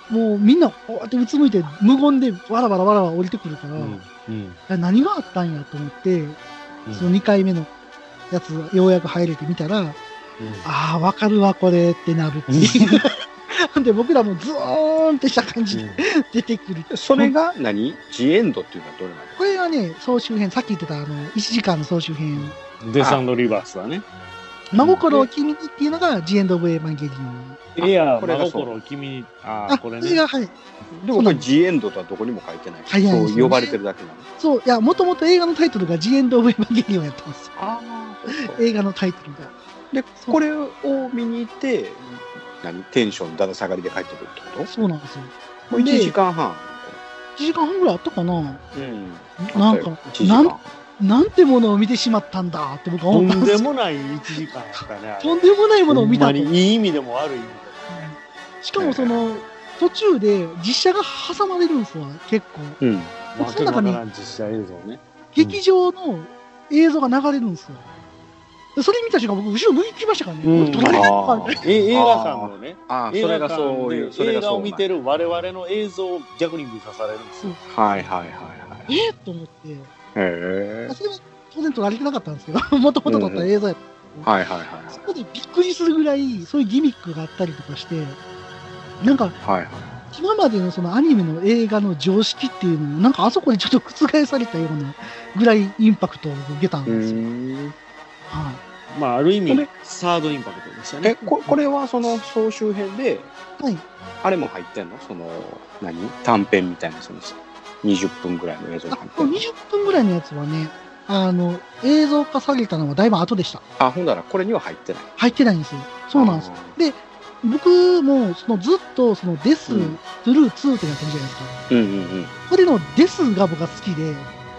S1: もうみんなこうやってうつむいて無言でわらわらわらわら降りてくるから、い
S6: うん
S1: や何があったんやと思って、その2回目のやつようやく入れてみたら、ああ、わかるわ、これってなるっていう。 ほんで僕らもズーンってした感じで出てくる。
S2: それが何ジエンドっていうのはどれなの
S1: これはね、総集編、さっき言ってたあの、1時間の総集編、
S6: うんデサンドリバースだね。
S1: 真心を君にっていうのが、ジエンド・オブ・エヴァンゲリオン。
S6: いや、
S2: これが
S6: 真
S2: そう
S6: 心を君に、ああ、
S1: あ、
S6: これ
S1: それ
S6: ね。
S1: が、はい。
S2: でもこれジエンドとはどこにも書いてない
S1: 書いてないですよね
S2: そう呼ばれてるだけなの
S1: そう、いや、もともと映画のタイトルがジエンド・オブ・エヴァンゲリオンやったんですよ
S2: ああ
S1: 映画のタイトルが。
S2: でこれを見に行って何テンションだだ下がりで帰ってくるってこと
S1: そうなんですよ。
S2: もう1
S1: で
S2: 時間半
S1: 1時間半ぐらいあったかな
S2: うん
S1: なんか、
S2: 1時間
S1: なんてものを見てしまったんだって僕は
S6: と
S1: 思ったん
S6: ん
S1: で
S6: です
S1: よ。
S6: もない1時間やったねあれ。
S1: とんでもないものを見た
S6: ほ
S1: と
S6: んまにいい意味でも悪い意味でも。
S1: しかもその、途中で実写が挟まれるんですわ、結構。
S2: うん
S6: わけわからん実写映像ね。
S1: 劇場の映像が流れるんですよ。それ見た瞬間、僕、後ろ向きましたからね。
S3: うん
S1: 取られた
S2: あー
S3: え映画館のね
S2: あー
S3: 映
S2: そ
S3: 画
S2: れが
S3: 館
S2: そういうそ
S3: で
S2: れが
S3: 映画
S2: そう
S3: を見てる我々の映像を逆に見さされるんですよ
S2: はいはいはいはい
S1: えーと思って、
S2: へえ
S1: それは当然取られてなかったんですけど、 もともと撮った映像やっ
S2: はいはいはい
S1: た。そこでびっくりするぐらい、そういうギミックがあったりとかして、なんか、
S2: はいはい
S1: 今までのそのアニメの映画の常識っていうのを、なんかあそこでちょっと覆されたようなぐらいインパクトを受けたん
S2: う
S1: ですよ。
S2: ん
S1: はい
S3: まあある意
S2: こ
S3: 味
S2: れ
S3: サードインパクトでした
S2: え
S3: ね
S2: ここれはその総集編で、
S1: はい
S2: あれも入ってんのその何短編みたいなその20分ぐらいの映像が
S1: あ
S2: 入って
S1: こ
S2: ん
S1: の
S2: の
S1: 20分ぐらいのやつはね、あの、映像化されたのはだいぶ後でした。
S2: あほんならこれには入ってない
S1: 入ってないんですよ。そうなんです。
S2: あ
S1: 僕も、そのずっと、そのデス、
S2: うん
S1: トゥルー2ってやってるじゃないですか。
S2: ーうん
S1: これのデスが僕が好きで、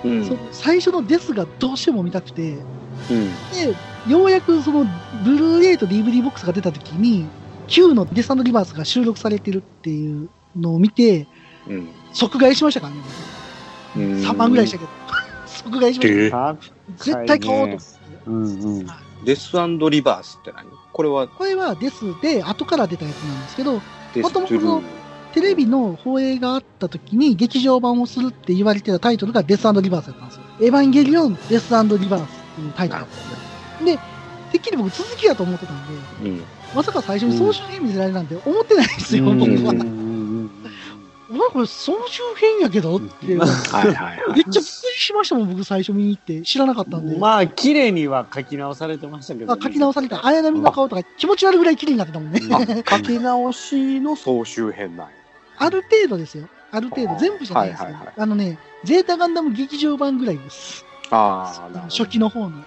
S2: うんうんう
S1: そ
S2: ん
S1: 最初のデスがどうしても見たくて、
S2: うん
S1: で、ようやくその、ブルーレイと DVD ボックスが出た時に、Q のデスリバースが収録されてるっていうのを見て、
S2: うん
S1: 即買いしましたからね。
S2: うん
S1: 3万ぐらいしたけど。 即買いしまし
S2: で
S3: あ
S1: た。絶対買おうと思って。
S3: うんうん
S2: デスリバースって何これは
S1: これはデスで後から出たやつなんですけど、
S2: デストゥル
S1: もとも
S2: ー
S1: とテレビの放映があった時に劇場版をするって言われてたタイトルがデスリバースだったんですよ。エヴァンゲリオン、デスリバースっていうタイトルだったんですよ。で、てっきり僕続きやと思ってたんで、
S2: うん
S1: まさか最初に総集編見せられるなんて思ってないんですよ、
S3: うん
S1: 僕
S2: う
S1: は。
S2: ん
S1: うわ、これ総集編やけどって、めっち
S2: はいはい
S1: ゃ
S2: は
S1: び
S2: い
S1: っくりしましたもん、僕最初見に行って。知らなかったんで。
S3: まあ綺麗には書き直されてましたけど、
S1: あ書き直された綾波の顔とか気持ち悪いぐらい綺麗になってたもんね。
S2: あ書き直しの総集編なんや
S1: ある程度ですよ。ある程度。全部じゃないですよ。
S2: はいはいはい
S1: あのね、ゼータガンダム劇場版ぐらいです。
S2: ああなるほど
S1: 初期の方の。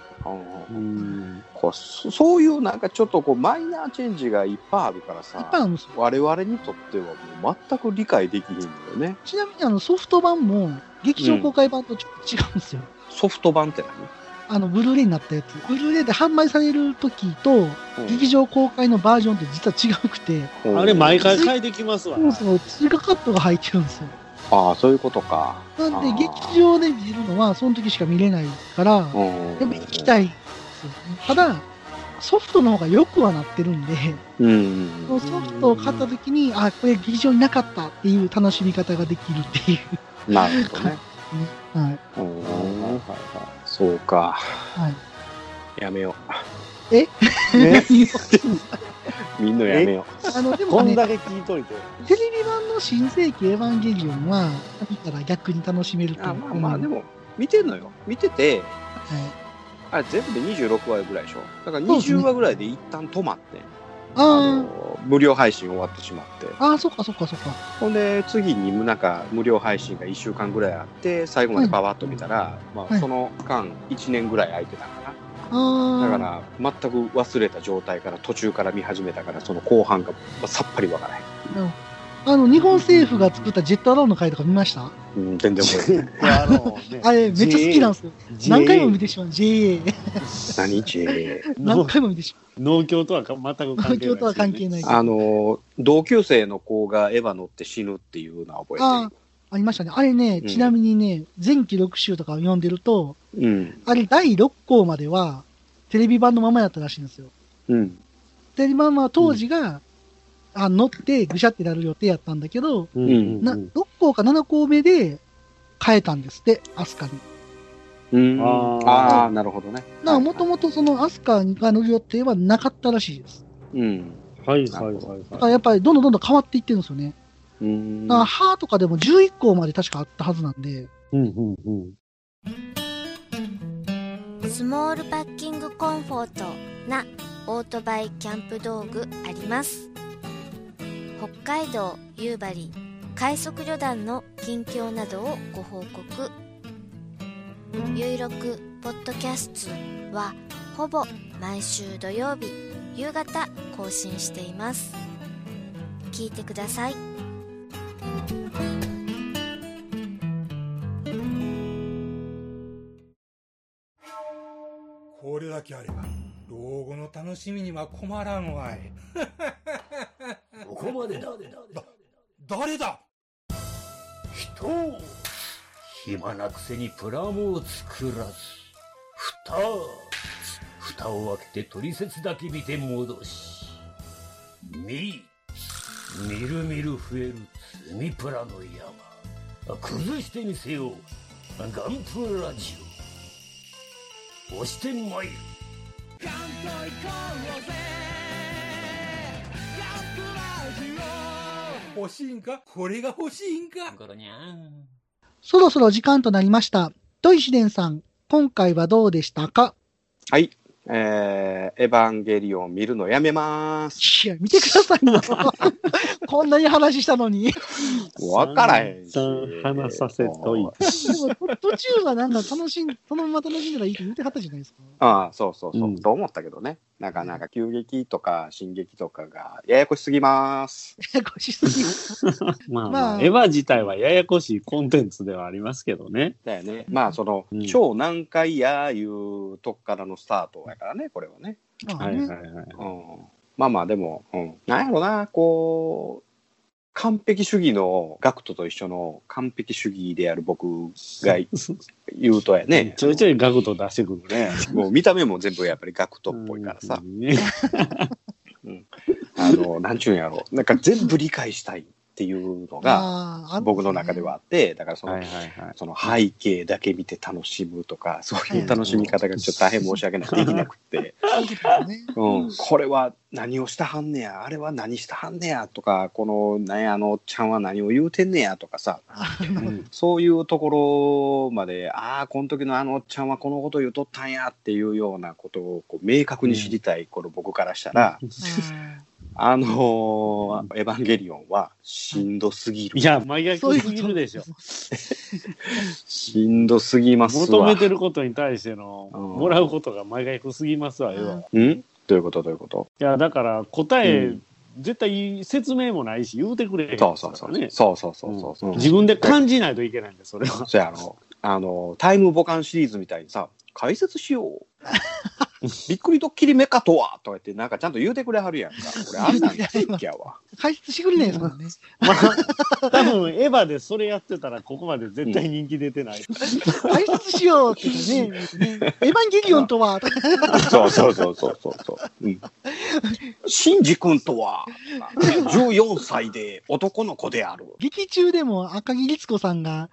S2: うん
S3: うん
S2: こうそそういうなんかちょっとこうマイナーチェンジがいっぱいあるから
S1: やっぱり
S2: さ
S1: あの、ち
S2: 我々にとってはもう全く理解できないんだよね
S1: なみにあのソフト版も劇場公開版とちょっと違うんですよ。
S2: ソフト版って
S1: あの、ブルーレイになったやつ。ブルーレイで販売される時と、
S2: 何、
S1: 劇場公開のバージョンって実は違うくて、
S2: うん
S3: あれ毎回変えてきますわ、
S1: そもそも追加カットが入ってるんですよ。
S2: ああそういうことか
S1: なんで
S2: あー
S1: 劇場で見るのはその時しか見れないから、やっ
S2: うん
S1: ぱ行きたいんですよね。ただ、ソフトの方がよくはなってるんで、
S2: うん
S1: ソフトを買った時に、あ、これ劇場になかったっていう楽しみ方ができるってい
S2: なるほどね
S1: う。 はい。
S2: うんそうか
S1: はい。
S2: やめよ
S3: ね、
S2: うみんなやめよ
S1: あの、でも
S3: こん
S1: ね、
S3: だけ聞いといて
S1: テレビ版の新世紀エヴァンゲリオンは、見たら逆に楽しめる
S2: う
S1: と
S2: あ
S1: 思う。
S2: まあまあで
S1: も、
S2: も見てんのよ見て
S1: は
S2: て
S1: い、
S2: あれ全部で26話ぐらいでしょだから
S1: そうですね
S2: 20話ぐらいで一旦止まってんあ
S1: あ
S2: の無料配信終わってしまって
S1: あ、ああ、そっかそっかそっか。
S2: ほんで次になんか無料配信が1週間ぐらいあって最後までパワッと見たら、ま
S1: は
S2: あ、
S1: い
S2: その間1年ぐらい空いてたかな、
S1: ああ、
S2: だから全く忘れた状態から途中から見始めたからその後半がさっぱりわからへん、
S1: あの、日本政府が作ったジェットアローンの回とか見ました
S2: うん、全然覚えてない
S3: あのね
S1: あれ、めっちゃ好きなんですよ。何回も見てしまう。JA。
S2: 何 ち
S1: 何回も見てしま
S3: 農協とはか全く
S1: う。
S3: 関係ない、
S1: 東京とは関係ない。
S2: あの同級生の子がエヴァ乗って死ぬっていうのは覚
S1: あ
S2: え
S1: ありましたね。あれね、
S2: うん
S1: ちなみにね、前期6集とかを読んでると、
S2: てるうん
S1: あれ第6項までは、テレビ版のままやったらしいんですよ。
S2: うん
S1: テレビ版は当時が、あ乗ってぐしゃってなる予定やったんだけど、
S3: うん
S2: うん
S1: な6項か7項目で変えたんですって、アスカに。
S2: うん
S3: あー
S2: ああなるほどね
S1: なもともとそのアスカが乗る予定はなかったらしいです。
S2: うん
S3: はいはいはい
S1: だ
S3: は
S1: からやっぱりどんどんどんどん変わっていってるんですよね。
S2: うん
S1: だから、ハーとかでも11項まで確かあったはずなんで、
S3: いうんうんうん
S7: スモールパッキングコンフォートなオートバイキャンプ道具あります北海道夕張快速旅団の近況などをご報告「ゆいろくポッドキャスト」はほぼ毎週土曜日夕方更新しています聞いてください
S8: これだけあれば老後の楽しみには困らんわい ここまでだだ誰だ
S9: 人を暇なくせにプラモを作らず蓋
S4: 蓋を開けて取説だけ見て戻し見みるみる増える積みプラの山崩してみせようガンプラジオ押してまいるガンと行こうぜ
S8: ガンプラジオ欲しいんかこれが欲しいんか
S1: そろそろ時間となりました。土井紫伝さん、今回はどうでしたか
S2: はい。えー、エヴァンゲリオン見るのやめます。
S1: いや、見てくださいよ。 こんなに話したのに。で
S2: わからへんし。
S3: 散々話させといて。
S1: も途中はなんか楽しん、そのまま楽しんだらいいって言ってはったじゃない ですか。
S2: ああ、そうそうそう、
S3: うん
S2: と思ったけどね。なかなか急激とか進撃とかがややこしすぎます。
S1: ややこしすぎる。
S3: まあ、
S1: ま
S3: ま
S1: あ
S3: あ、エヴァ自体はややこしいコンテンツではありますけどね。
S2: だよね。まあ、その、
S3: うん
S2: 超難解やいうとこからのスタートやからね、これはね。
S1: まあ
S3: はい
S1: ね
S3: はいはい。
S2: うん。まあまあ、でも、うん。なんやろな、こう、完璧主義のガクトと一緒の完璧主義である僕 が言うとやね。
S3: ちょいちょいガクト出してくるね。
S2: もう見た目も全部やっぱりガクトっぽいからさ
S3: う。ん。ね
S2: あの、なんちゅうんやろう。なんか全部理解したいっていうのが、
S1: あーあ
S2: 僕の中ではあって、だからその、
S3: はいはいはい。
S2: その背景だけ見て楽しむとか、そういう楽しみ方がちょっと大変申し訳ない。できなくって、
S1: そうですよね。
S2: うん、これは何をしたはんねや、あれは何したはんねやとか、この、なんや、あの、ちゃんは何を言うてんねやとかさ、
S3: うん
S2: そういうところまで、ああ、この時のあのおっちゃんはこのこと言うとったんやっていうようなことをこう明確に知りたい、この僕からしたら、あのーエヴァンゲリオンはしんどすぎる。
S3: いや、真逆すぎるでしょ。
S2: しんどすぎますわ。
S3: 求めてることに対しての、
S2: うん
S3: もらうことが真逆すぎますわ、要は。
S2: んどういうことどういうこと
S3: いや、だから答え、
S2: うん
S3: 絶対説明もないし、言うてくれへん
S2: そうそうそう。
S3: ね。
S2: そうそうそうそうそう。
S3: 自分で感じないといけないんだよ、それは。
S2: そうやろ。あの、タイムボカンシリーズみたいにさ、解説しよ う。びっくりドッキリメカとはとか言って、なんかちゃんと言うてくれはるやんか。俺、あんなん好きやわ。
S1: 解説してくれないですからね。
S3: まあ、多分エヴァでそれやってたら、ここまで絶対人気出てない。
S1: 解説しようってね。ねエヴァンゲリオンとは、
S2: そうそうそうそうそうそう。うん。シンジ君と は、14歳で男の子で ある。
S1: 劇中でも赤木律子さんが、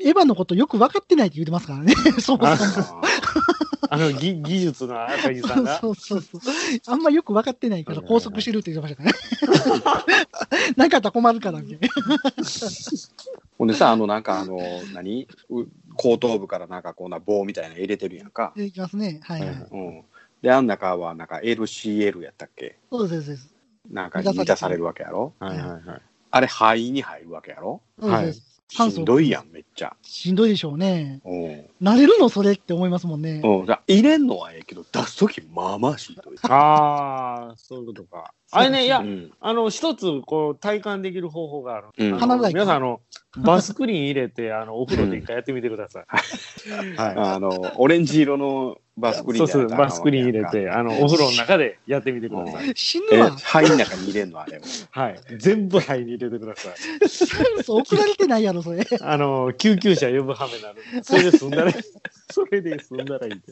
S1: エヴァのことよく分かってないって言ってます からね。そう
S3: あ
S2: あ
S3: あの技技術の赤木さんが。
S1: そうそうそう。あんまよく分かってないから拘束してるって言ってましたね。 なかったら困るからみたいな。
S2: ーほんでさ、あの、なんかあの、何う後頭部からなんかこんな棒みたいなの入れてるやんか。
S1: でいきますね。はいはい。
S2: うん。で、あん中はなんか LCL やったっけ
S1: そうです、そうです。
S2: なんか満たされるわけやろ
S3: はいはいはい。
S2: あれ肺に入るわけやろ
S1: そうです
S3: は
S1: そうで
S3: い
S1: す。
S2: し
S1: 酸素
S2: んどいやん、めっちゃ。
S1: しんどいでしょうね。
S2: うん。
S1: 慣れるのそれって思いますもんね。
S2: うん、だから入れんのはええけど、出すときまあまあしんどい。
S3: ああ、そういうことか。あれね、いや
S2: う、ん。
S3: あの、一つ、こう、体感できる方法がある。
S2: うん
S3: あの
S1: 鼻うがい
S3: 皆さん、あの、バスクリーン入れて、あの、お風呂で一回やってみてください。は
S2: あの、オレンジ色のバ
S3: い。
S2: スクリー
S3: そ
S2: ン
S3: うそう、バスクリーン入れ
S2: で
S3: て、あの、お風呂の中でやってみてくださ い。
S1: 死
S2: え
S1: ぬわ。
S2: 肺の中に入れんのあれを。
S3: はい。全部肺に入れてください。
S1: 酸素送られてないやろ、それ。
S3: あの、救急車呼ぶはめに なる。それで済んだらいい。それで済んだらいいんで。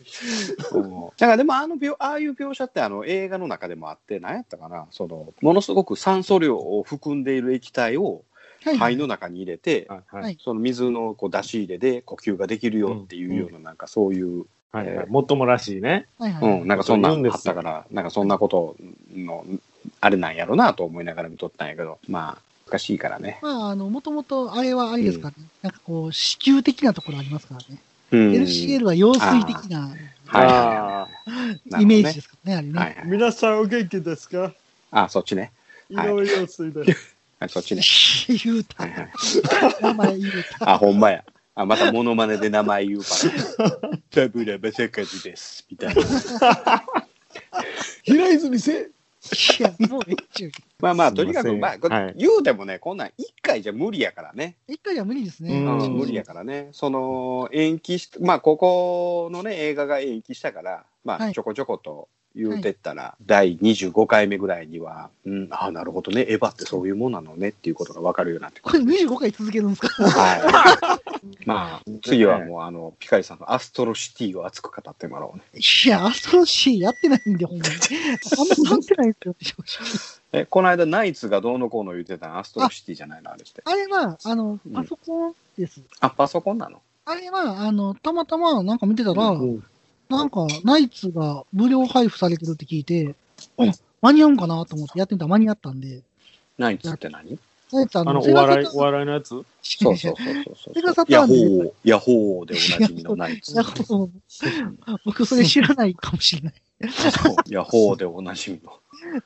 S2: うんだからでもあの描ああいう描写ってあの映画の中でもあって何やったかなそのものすごく酸素量を含んでいる液体を
S1: は
S2: 肺
S1: い。
S2: の中に入れて、
S3: はい
S1: は
S3: はいい。
S2: その水のこう出し入れで呼吸ができるよっていうようななんかそういう、
S3: はいはい。もっともらしいね。
S1: はいは
S2: う
S1: い。
S2: ん、なんかそんな
S3: そういうんで
S2: ん
S3: す
S2: あったからなんかそんなことのあれなんやろなと思いながら見とったんやけどまあ難しいからね。
S1: まあ、あの、もともとあれはあれですからね。なんかこう、子宮的なところありますからね。
S2: うん、
S1: LCL は羊水的な
S2: はいはい
S3: あ
S2: なるほどね
S1: イメージですからね、あ
S2: は
S1: れ
S2: い
S1: ね。
S3: あ
S2: はい、
S3: 皆さんお元気ですか
S2: あそっちね。
S3: 井
S2: はい
S3: 上陽水です。
S2: はいそっちね。
S1: 言う
S2: は
S1: た
S2: い。はい
S1: 名前言うた。
S2: あ、ほんまや。あ、またモノマネで名前言うから。ダブラバサカズです。み たいな。
S3: 平泉せ
S1: いや、もうええっちゅうけ
S2: まあまあ、とにか
S3: す
S2: く、
S3: い
S2: ま
S3: ませ
S2: あ、
S3: ん
S2: こ
S3: はい
S2: 言うてもね、こんなん一回じゃ無理やからね。
S1: ど。一回は無理ですね。
S3: うん
S2: うん、無理やからね。その、延期し、まあ、ここのね、映画が延期したから、ま
S1: は
S2: あ、
S1: い
S2: ちょこちょこと言うてったら、第25回目ぐらいには、うん、ああ、なるほどね、エヴァってそういうもんなのねっていうことがわかるようになってく
S1: これ25回続けるんですか
S2: る。はい。 まあ、次はもう、あの、ピカリさんのアストロシティを熱く語ってもらおうね。
S1: いや、アストロシーやってないんで、ほんまに。あんま関係ないんですよ、正直。
S2: え、この間、ナイツがどうのこうの言ってたのアストロシティじゃないのあれって。
S1: あれは、あの
S2: う、ん
S1: パソコンです。
S2: あ、パソコンなの
S1: あれは、あの、たまたまなんか見てたら、
S2: うん
S1: なんか、ナイツが無料配布されてるって聞いて、あ間に合うんかなと思ってやってみたら間に合ったんで、
S2: ナイツって何
S1: ナイツあ
S3: あの、
S1: の、
S3: お笑い、
S1: セ
S3: お笑いのやつ
S1: ガ
S2: そ
S1: サターン
S2: うそうそうそう
S1: セガサター
S2: ヤ
S1: ンで
S2: ホー、ヤホーでおなじみのナイツ
S1: い。やそう 僕、それ知らないかもしれない。
S2: そうヤホーでおなじみの。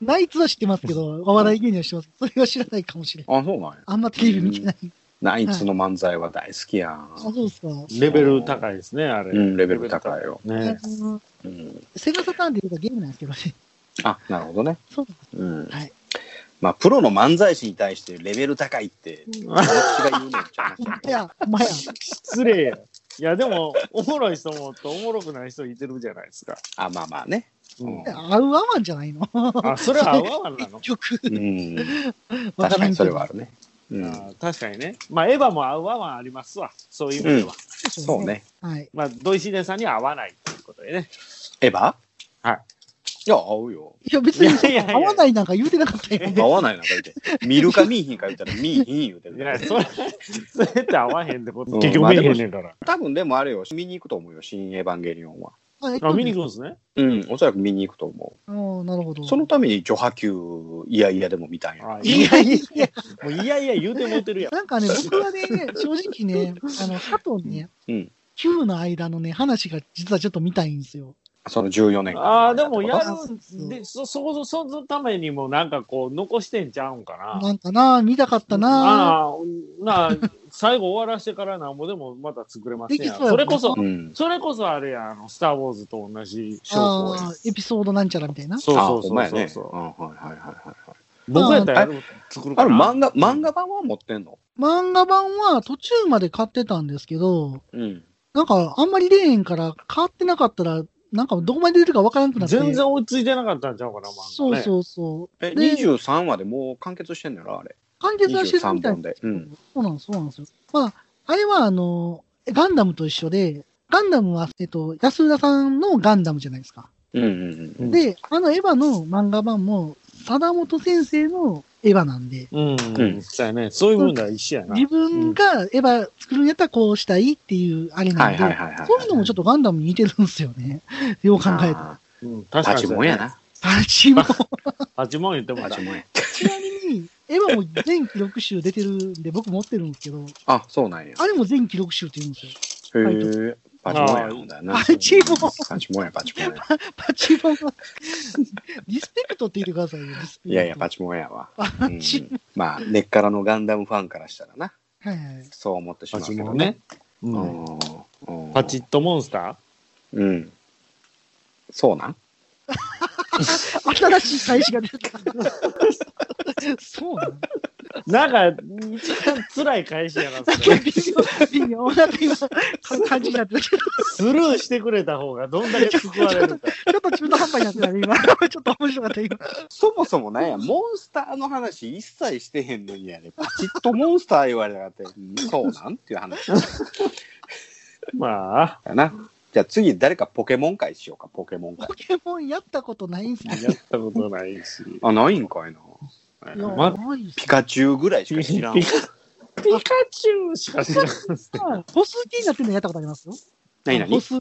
S1: ナイツは知ってますけど、お笑い芸人は知ってます。それは知らないかもしれない。
S2: あ、そうなんや。
S1: あんまテレビ見てない。
S2: ナイツの漫才は大好きやん。
S1: あ、そうですか。
S3: レベル高いですね、あれ。
S2: うん、レベル高いよ。
S3: ね
S1: あの
S2: うん。
S1: セガサターンで言うとゲームなんですけど ね。
S2: あ、なるほどね。
S1: そうなんで
S2: うん。
S1: はい
S2: まあ、プロの漫才師に対してレベル高い って、私が言うのじゃなく
S1: す。ほんま
S2: て。
S1: や、ほんまや。
S3: 失礼や。いや、でも、おもろい人もとおもろくない人いてるじゃないですか。
S2: あ、まあまあね。 うん。
S1: 合う合わんじゃない の
S3: あ、それは合わんなの
S1: 結局、
S2: うん、
S1: わら
S2: 確か
S1: ん
S2: に
S1: け
S2: それ
S1: ど
S2: はあるね。うん。
S3: あ確かにね。まあ、エヴァも合う合わんありますわ。そういう意味では。
S2: そう。ね。
S1: はい。
S3: まあ、土井シネさんには合わないということでね。
S2: エヴァ
S3: はい。
S2: いや、合うよ。
S1: いや、別に
S3: いやいやいや
S1: 合わないなんか言うてなかったよね。
S2: 合わないなんか言って。見るか見いひんか言ったら見いひん言うて
S3: いや、
S2: る。
S3: それ、それって合わへんってこと。
S2: うん
S3: 結局見えへんねんから。
S2: 多分でもあれよ、見に行くと思うよ、新エヴァンゲリオンは。
S1: あえっ
S3: あ、
S1: と
S3: 見に行くんですね。
S2: うん、おそらく見に行くと思
S1: おーなるほど。
S2: う。そのために序波球、いやいやでも見たんや。
S3: あ
S1: いやいやいや、
S3: もういやいや言うてもうてるやん。
S1: なんかね、僕はね、正直ね、あの、歯とね
S2: うん、
S1: Q の間のね、話が実はちょっと見たいんですよ。
S2: その14年間
S3: ああ、でもや
S1: あ
S3: るんで、そ、そ、そ、そのためにもなんかこう、残してんちゃうんかな。
S1: なんかな、見たかったな。
S3: ああ、なあ、最後終わらしてからなんぼでもまた作れます
S1: でき
S3: ね。
S1: そうやもん
S3: それこそ
S2: う、ん。
S3: それこそあれや、あの、スター・ウォーズと同じ商法や
S1: あ。ーエピソードなんちゃらみたいな。
S3: そう
S2: あ
S3: そう
S2: ほんまや
S3: そ
S2: ね
S3: うそう。
S2: うんはいはいはいはい。
S3: 僕やったらやる作る
S2: あ
S3: か
S2: れ
S3: な。
S2: 漫画、漫画版は持ってんの
S1: 漫画版は途中まで買ってたんですけど、
S2: うん。
S1: なんかあんまりレーンから買ってなかったら、なんかどこまで出るかわからなくなって。
S3: 全然追いついてなかったんちゃうかな、漫画、
S1: そ
S3: ね。
S1: うそうそう。
S2: え、
S1: で、
S2: 23話でもう完結してんのやろ、あれ。
S1: 完結はしてるみ
S2: 23
S1: たい
S2: 本で。うん。
S1: そうなんです、そうなんですよ。まあ、あれはあの、ガンダムと一緒で、ガンダムは、えっと、安浦さんのガンダムじゃないですか。
S2: うんうんうん。
S3: うん
S1: で、あのエヴァの漫画版も、貞本先生のエヴァなんで、
S3: うん、うん、そうやね。そういう分では一緒やな。
S1: 自分がエヴァ作るんやったらこうしたいっていうあれなんで、
S2: はいはいはいはい
S1: そういうのもちょっとガンダムに似てるんですよね。よう考えたら。
S2: あ
S3: うん、
S2: ー
S3: 確かに
S2: 八
S3: そう
S2: 問や。な。
S1: あちも、
S3: 八問言ってもだ
S2: 八問や。
S1: ちなみに、エヴァも全記録集出てるんで、僕持ってるんですけど、
S2: あ、そうなんや。
S1: あれも全記録集って言うんですよ。
S2: へ
S1: はい
S2: え。パチモンやなんだよな。
S1: パチモン
S2: パチモンや、パチモンや。
S1: パチモンは、リスペクトって言ってくださいよ、リスペクト。
S2: いやいや、パチモンやわ。う
S1: パ
S2: ん
S1: チモン。
S2: まあ、根っからのガンダムファンからしたらな、
S1: はいはい。
S2: そう思ってしまう
S3: 八
S2: けど
S3: 問
S2: ね
S3: ね。。う。
S2: うんんうん
S3: パチッとモンスタ
S2: うん。そうなん
S1: 新しい返しが出た。そうなの
S3: ーなんか、一番辛い返しやな、そ
S1: 微
S3: れ。
S1: 妙微妙な今感じになってるけど、
S3: スルーしてくれた方がどんだけ救われるか。
S1: ちょっと中途半端になってたね、今。ちょっと面白かった、今。
S2: そもそもなんや、モンスターの話一切してへんのにやね、パチッとモンスター言われたって、うんそうなんっていう話
S3: まあ、
S2: だな。じゃあ次、誰かポケモン会しようか、ポケモン会
S1: ポ。ケモンやったことないんすね。
S3: やったことないし。
S2: あ、ないんかいな。
S1: いや、
S3: ま
S1: ないっす
S2: ピカチュウぐらいしか知
S3: ピ
S2: ら
S3: カ
S2: んわ。
S3: ピカチュウしか知らん。
S1: ね。ボス気になってるのやったことありますよ。
S2: 何
S1: ボ
S2: 何
S1: ス、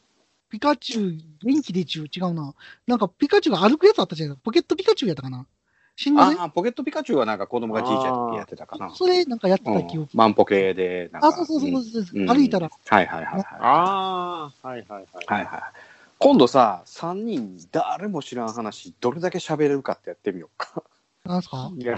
S1: ピカチュウ、元気でちゅう、違うな。なんかピカチュウが歩くやつあったじゃないですか。ポケットピカチュウやったかな。死んだね。
S2: ああ、ポケットピカチュウはなんか子供がちいちゃい時やってたかな。
S1: それ、なんかやってた記
S2: うん
S1: 憶。、
S2: マンポケで、なんか。
S1: あ、そうそうそうそうそう、
S2: うん
S1: 歩いたら。
S2: はいはいはいはい。
S3: ああ、はいはいはい。
S2: はいはい。今度さ、3人誰も知らん話、どれだけ喋れるかってやってみようか。
S1: なんすか
S3: いや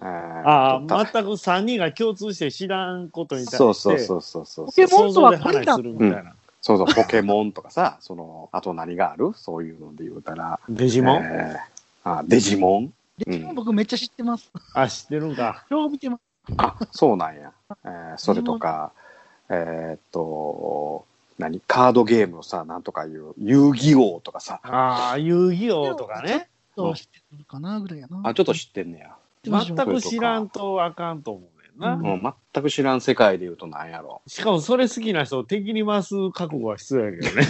S2: あ
S3: ああ、全く3人が共通して知らんことに対して、
S2: そうそうそうそうそう。
S1: ポケモンとは
S3: 想像で話するみたいな。
S2: そうそう、ポケモンとかさ、その、あと何があるそういうので言うたら。
S3: デジモン、
S2: えーあ、デジモン
S1: レジモン僕めっちゃ知ってます。
S3: あ、知ってるんか。
S1: 今日見てます。
S2: あ、そうなんや。えーそれとか、えーっと、何カードゲームのさ、なんとかいう、遊戯王とかさ。
S3: ああ、遊戯王とかね。
S1: ちょっと知ってるかなぐらいやな。
S2: あ、ちょっと知ってんねや。
S1: 全
S3: 全く知らんとあかんと思うねんんな、
S1: うん
S2: もう全く知らん世界で言うとなんやろ。
S3: しかもそれ好きな人を敵に回す覚悟は必要やけど ね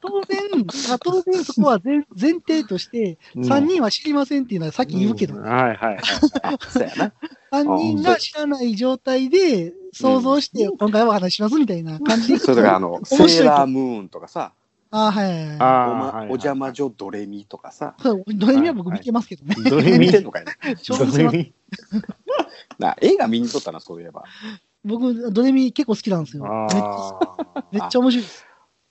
S1: 当然、あ当然そこは前前提として、3人は知りませんっていうのはさっき言うけど、
S3: うんはいはい
S2: あ、そうやな。
S1: 3人が知らない状態で想像して、今回はお話しますみたいな感じで。
S2: それとか、あの、セ
S1: 白い
S2: ーラームーンとかさ、
S1: あはいはい
S3: あ
S1: は
S2: お,、
S3: あ
S2: ま
S3: はいはい
S2: お邪魔女ドレミとかさ、
S1: い。そうドレミは僕見てますけどね。
S3: ドレ
S2: 見
S3: ミ
S2: てんのかいな。
S1: 正直言います
S2: な映画見にとったな、そういえば。
S1: 僕、ドレミ結構好きなんですよ。めっちゃ
S3: ああ
S1: めっちゃ面白いです。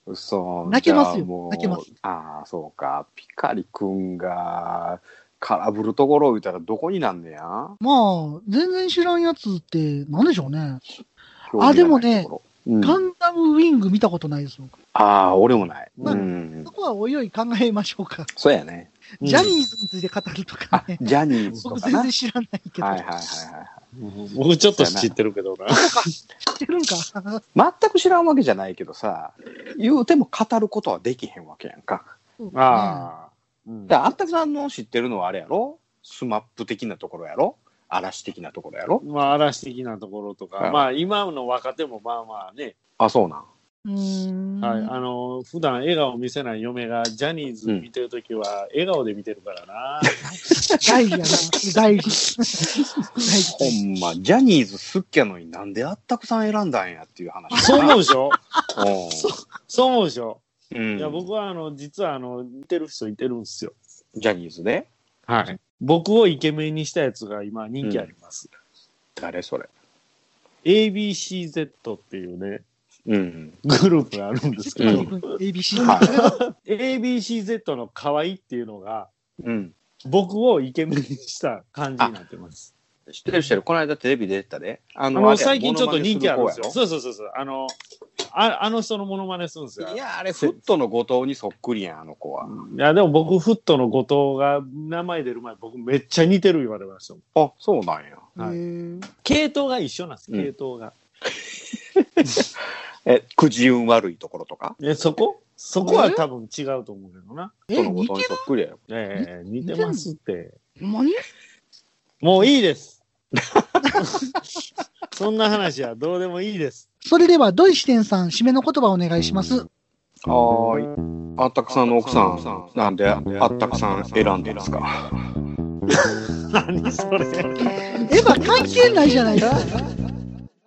S2: 嘘。
S1: 泣けますよ
S2: じゃあもう
S1: 泣けます。
S2: ああ、そうか。ピカリ君が空振るところを言ったらどこになんねや
S1: まあ、全然知らんやつって、なんでしょうね。あでもね。
S2: 興味がないところ
S1: ガ
S2: うん
S1: ンダムウィング見たことないです、僕。
S2: ああ、俺もない。
S1: まあ
S2: うん
S1: そ。こはおいおい考えましょうか。
S2: そうやね。
S3: うん
S1: ジャニーズについて語るとかね。
S2: ジャニーズと
S1: 僕
S2: か
S1: 全
S2: な。は
S1: 然
S2: い
S1: 知らないけど。
S2: はいはいは
S3: 僕ちょっと知ってるけどな
S1: 知ってるんか。
S2: い。全く知らんわけじゃないけどさ、言うても語ることはできへんわけやんか。
S3: ああ、うん
S2: だからあんたさんの知ってるのはあれやろスマップ的なところやろ嵐的なところやろ
S3: まあ嵐的なところとか、
S2: はい
S3: まあ今の若手もまあまあね、
S2: あ、そうなん。
S1: うーん。
S3: はい、あの普段笑顔見せない嫁がジャニーズ見てるときは笑顔で見てるからな、
S1: 大事やな。大事。大事。
S2: ほんま、ジャニーズすっきやのになんであったくさん選んだんやっていう話。
S3: そう思うでしょ
S2: おう
S3: そう思うでしょ、
S2: うん
S3: いや僕はあの実はあの似てる人いてるんですよ
S2: ジャニーズで
S3: はい僕をイケメンにしたやつが今人気あります、
S2: 誰それ
S3: ABCZ っていうね
S2: うん。
S3: グループがあるんですけど、
S2: うん
S1: ABC。
S2: は
S3: ABCZ の可愛いっていうのが
S2: い。うん。
S3: 僕をイケメンにした感じになってます
S2: 知ってる知ってる。この間テレビ出てたで。あ
S3: あ
S2: の
S3: の最近ちょっと人気あるんですよ。
S2: そ
S3: そうそうそうそう。あの、ああの人のモノマネするんですよ。
S2: いや、あれ、フットの後藤にそっくりやん、あの子は。
S3: いやでも僕、フットの後藤が名前出る前、僕めっちゃ似てる言われましたもん。
S2: あ、そうなんや。
S3: はい
S1: えー
S3: 系統が一緒なんです、
S2: うん
S3: 系統が。
S2: え、くじ運悪いところとか
S3: え、そこそこは多分違うと思うけどな。
S1: え
S2: フットの後藤にそっくりやよ。
S3: ええ似てますって。
S1: 何
S3: もういいです。 そんな話はどうでもいいです。
S1: それでは、ドイシテンさん、締めの言葉をお願いします。
S2: はーい。あったくさんの奥さん、なんであったくさん選んでるんですか
S3: 何それ。
S1: エヴァ関係ないじゃないですか。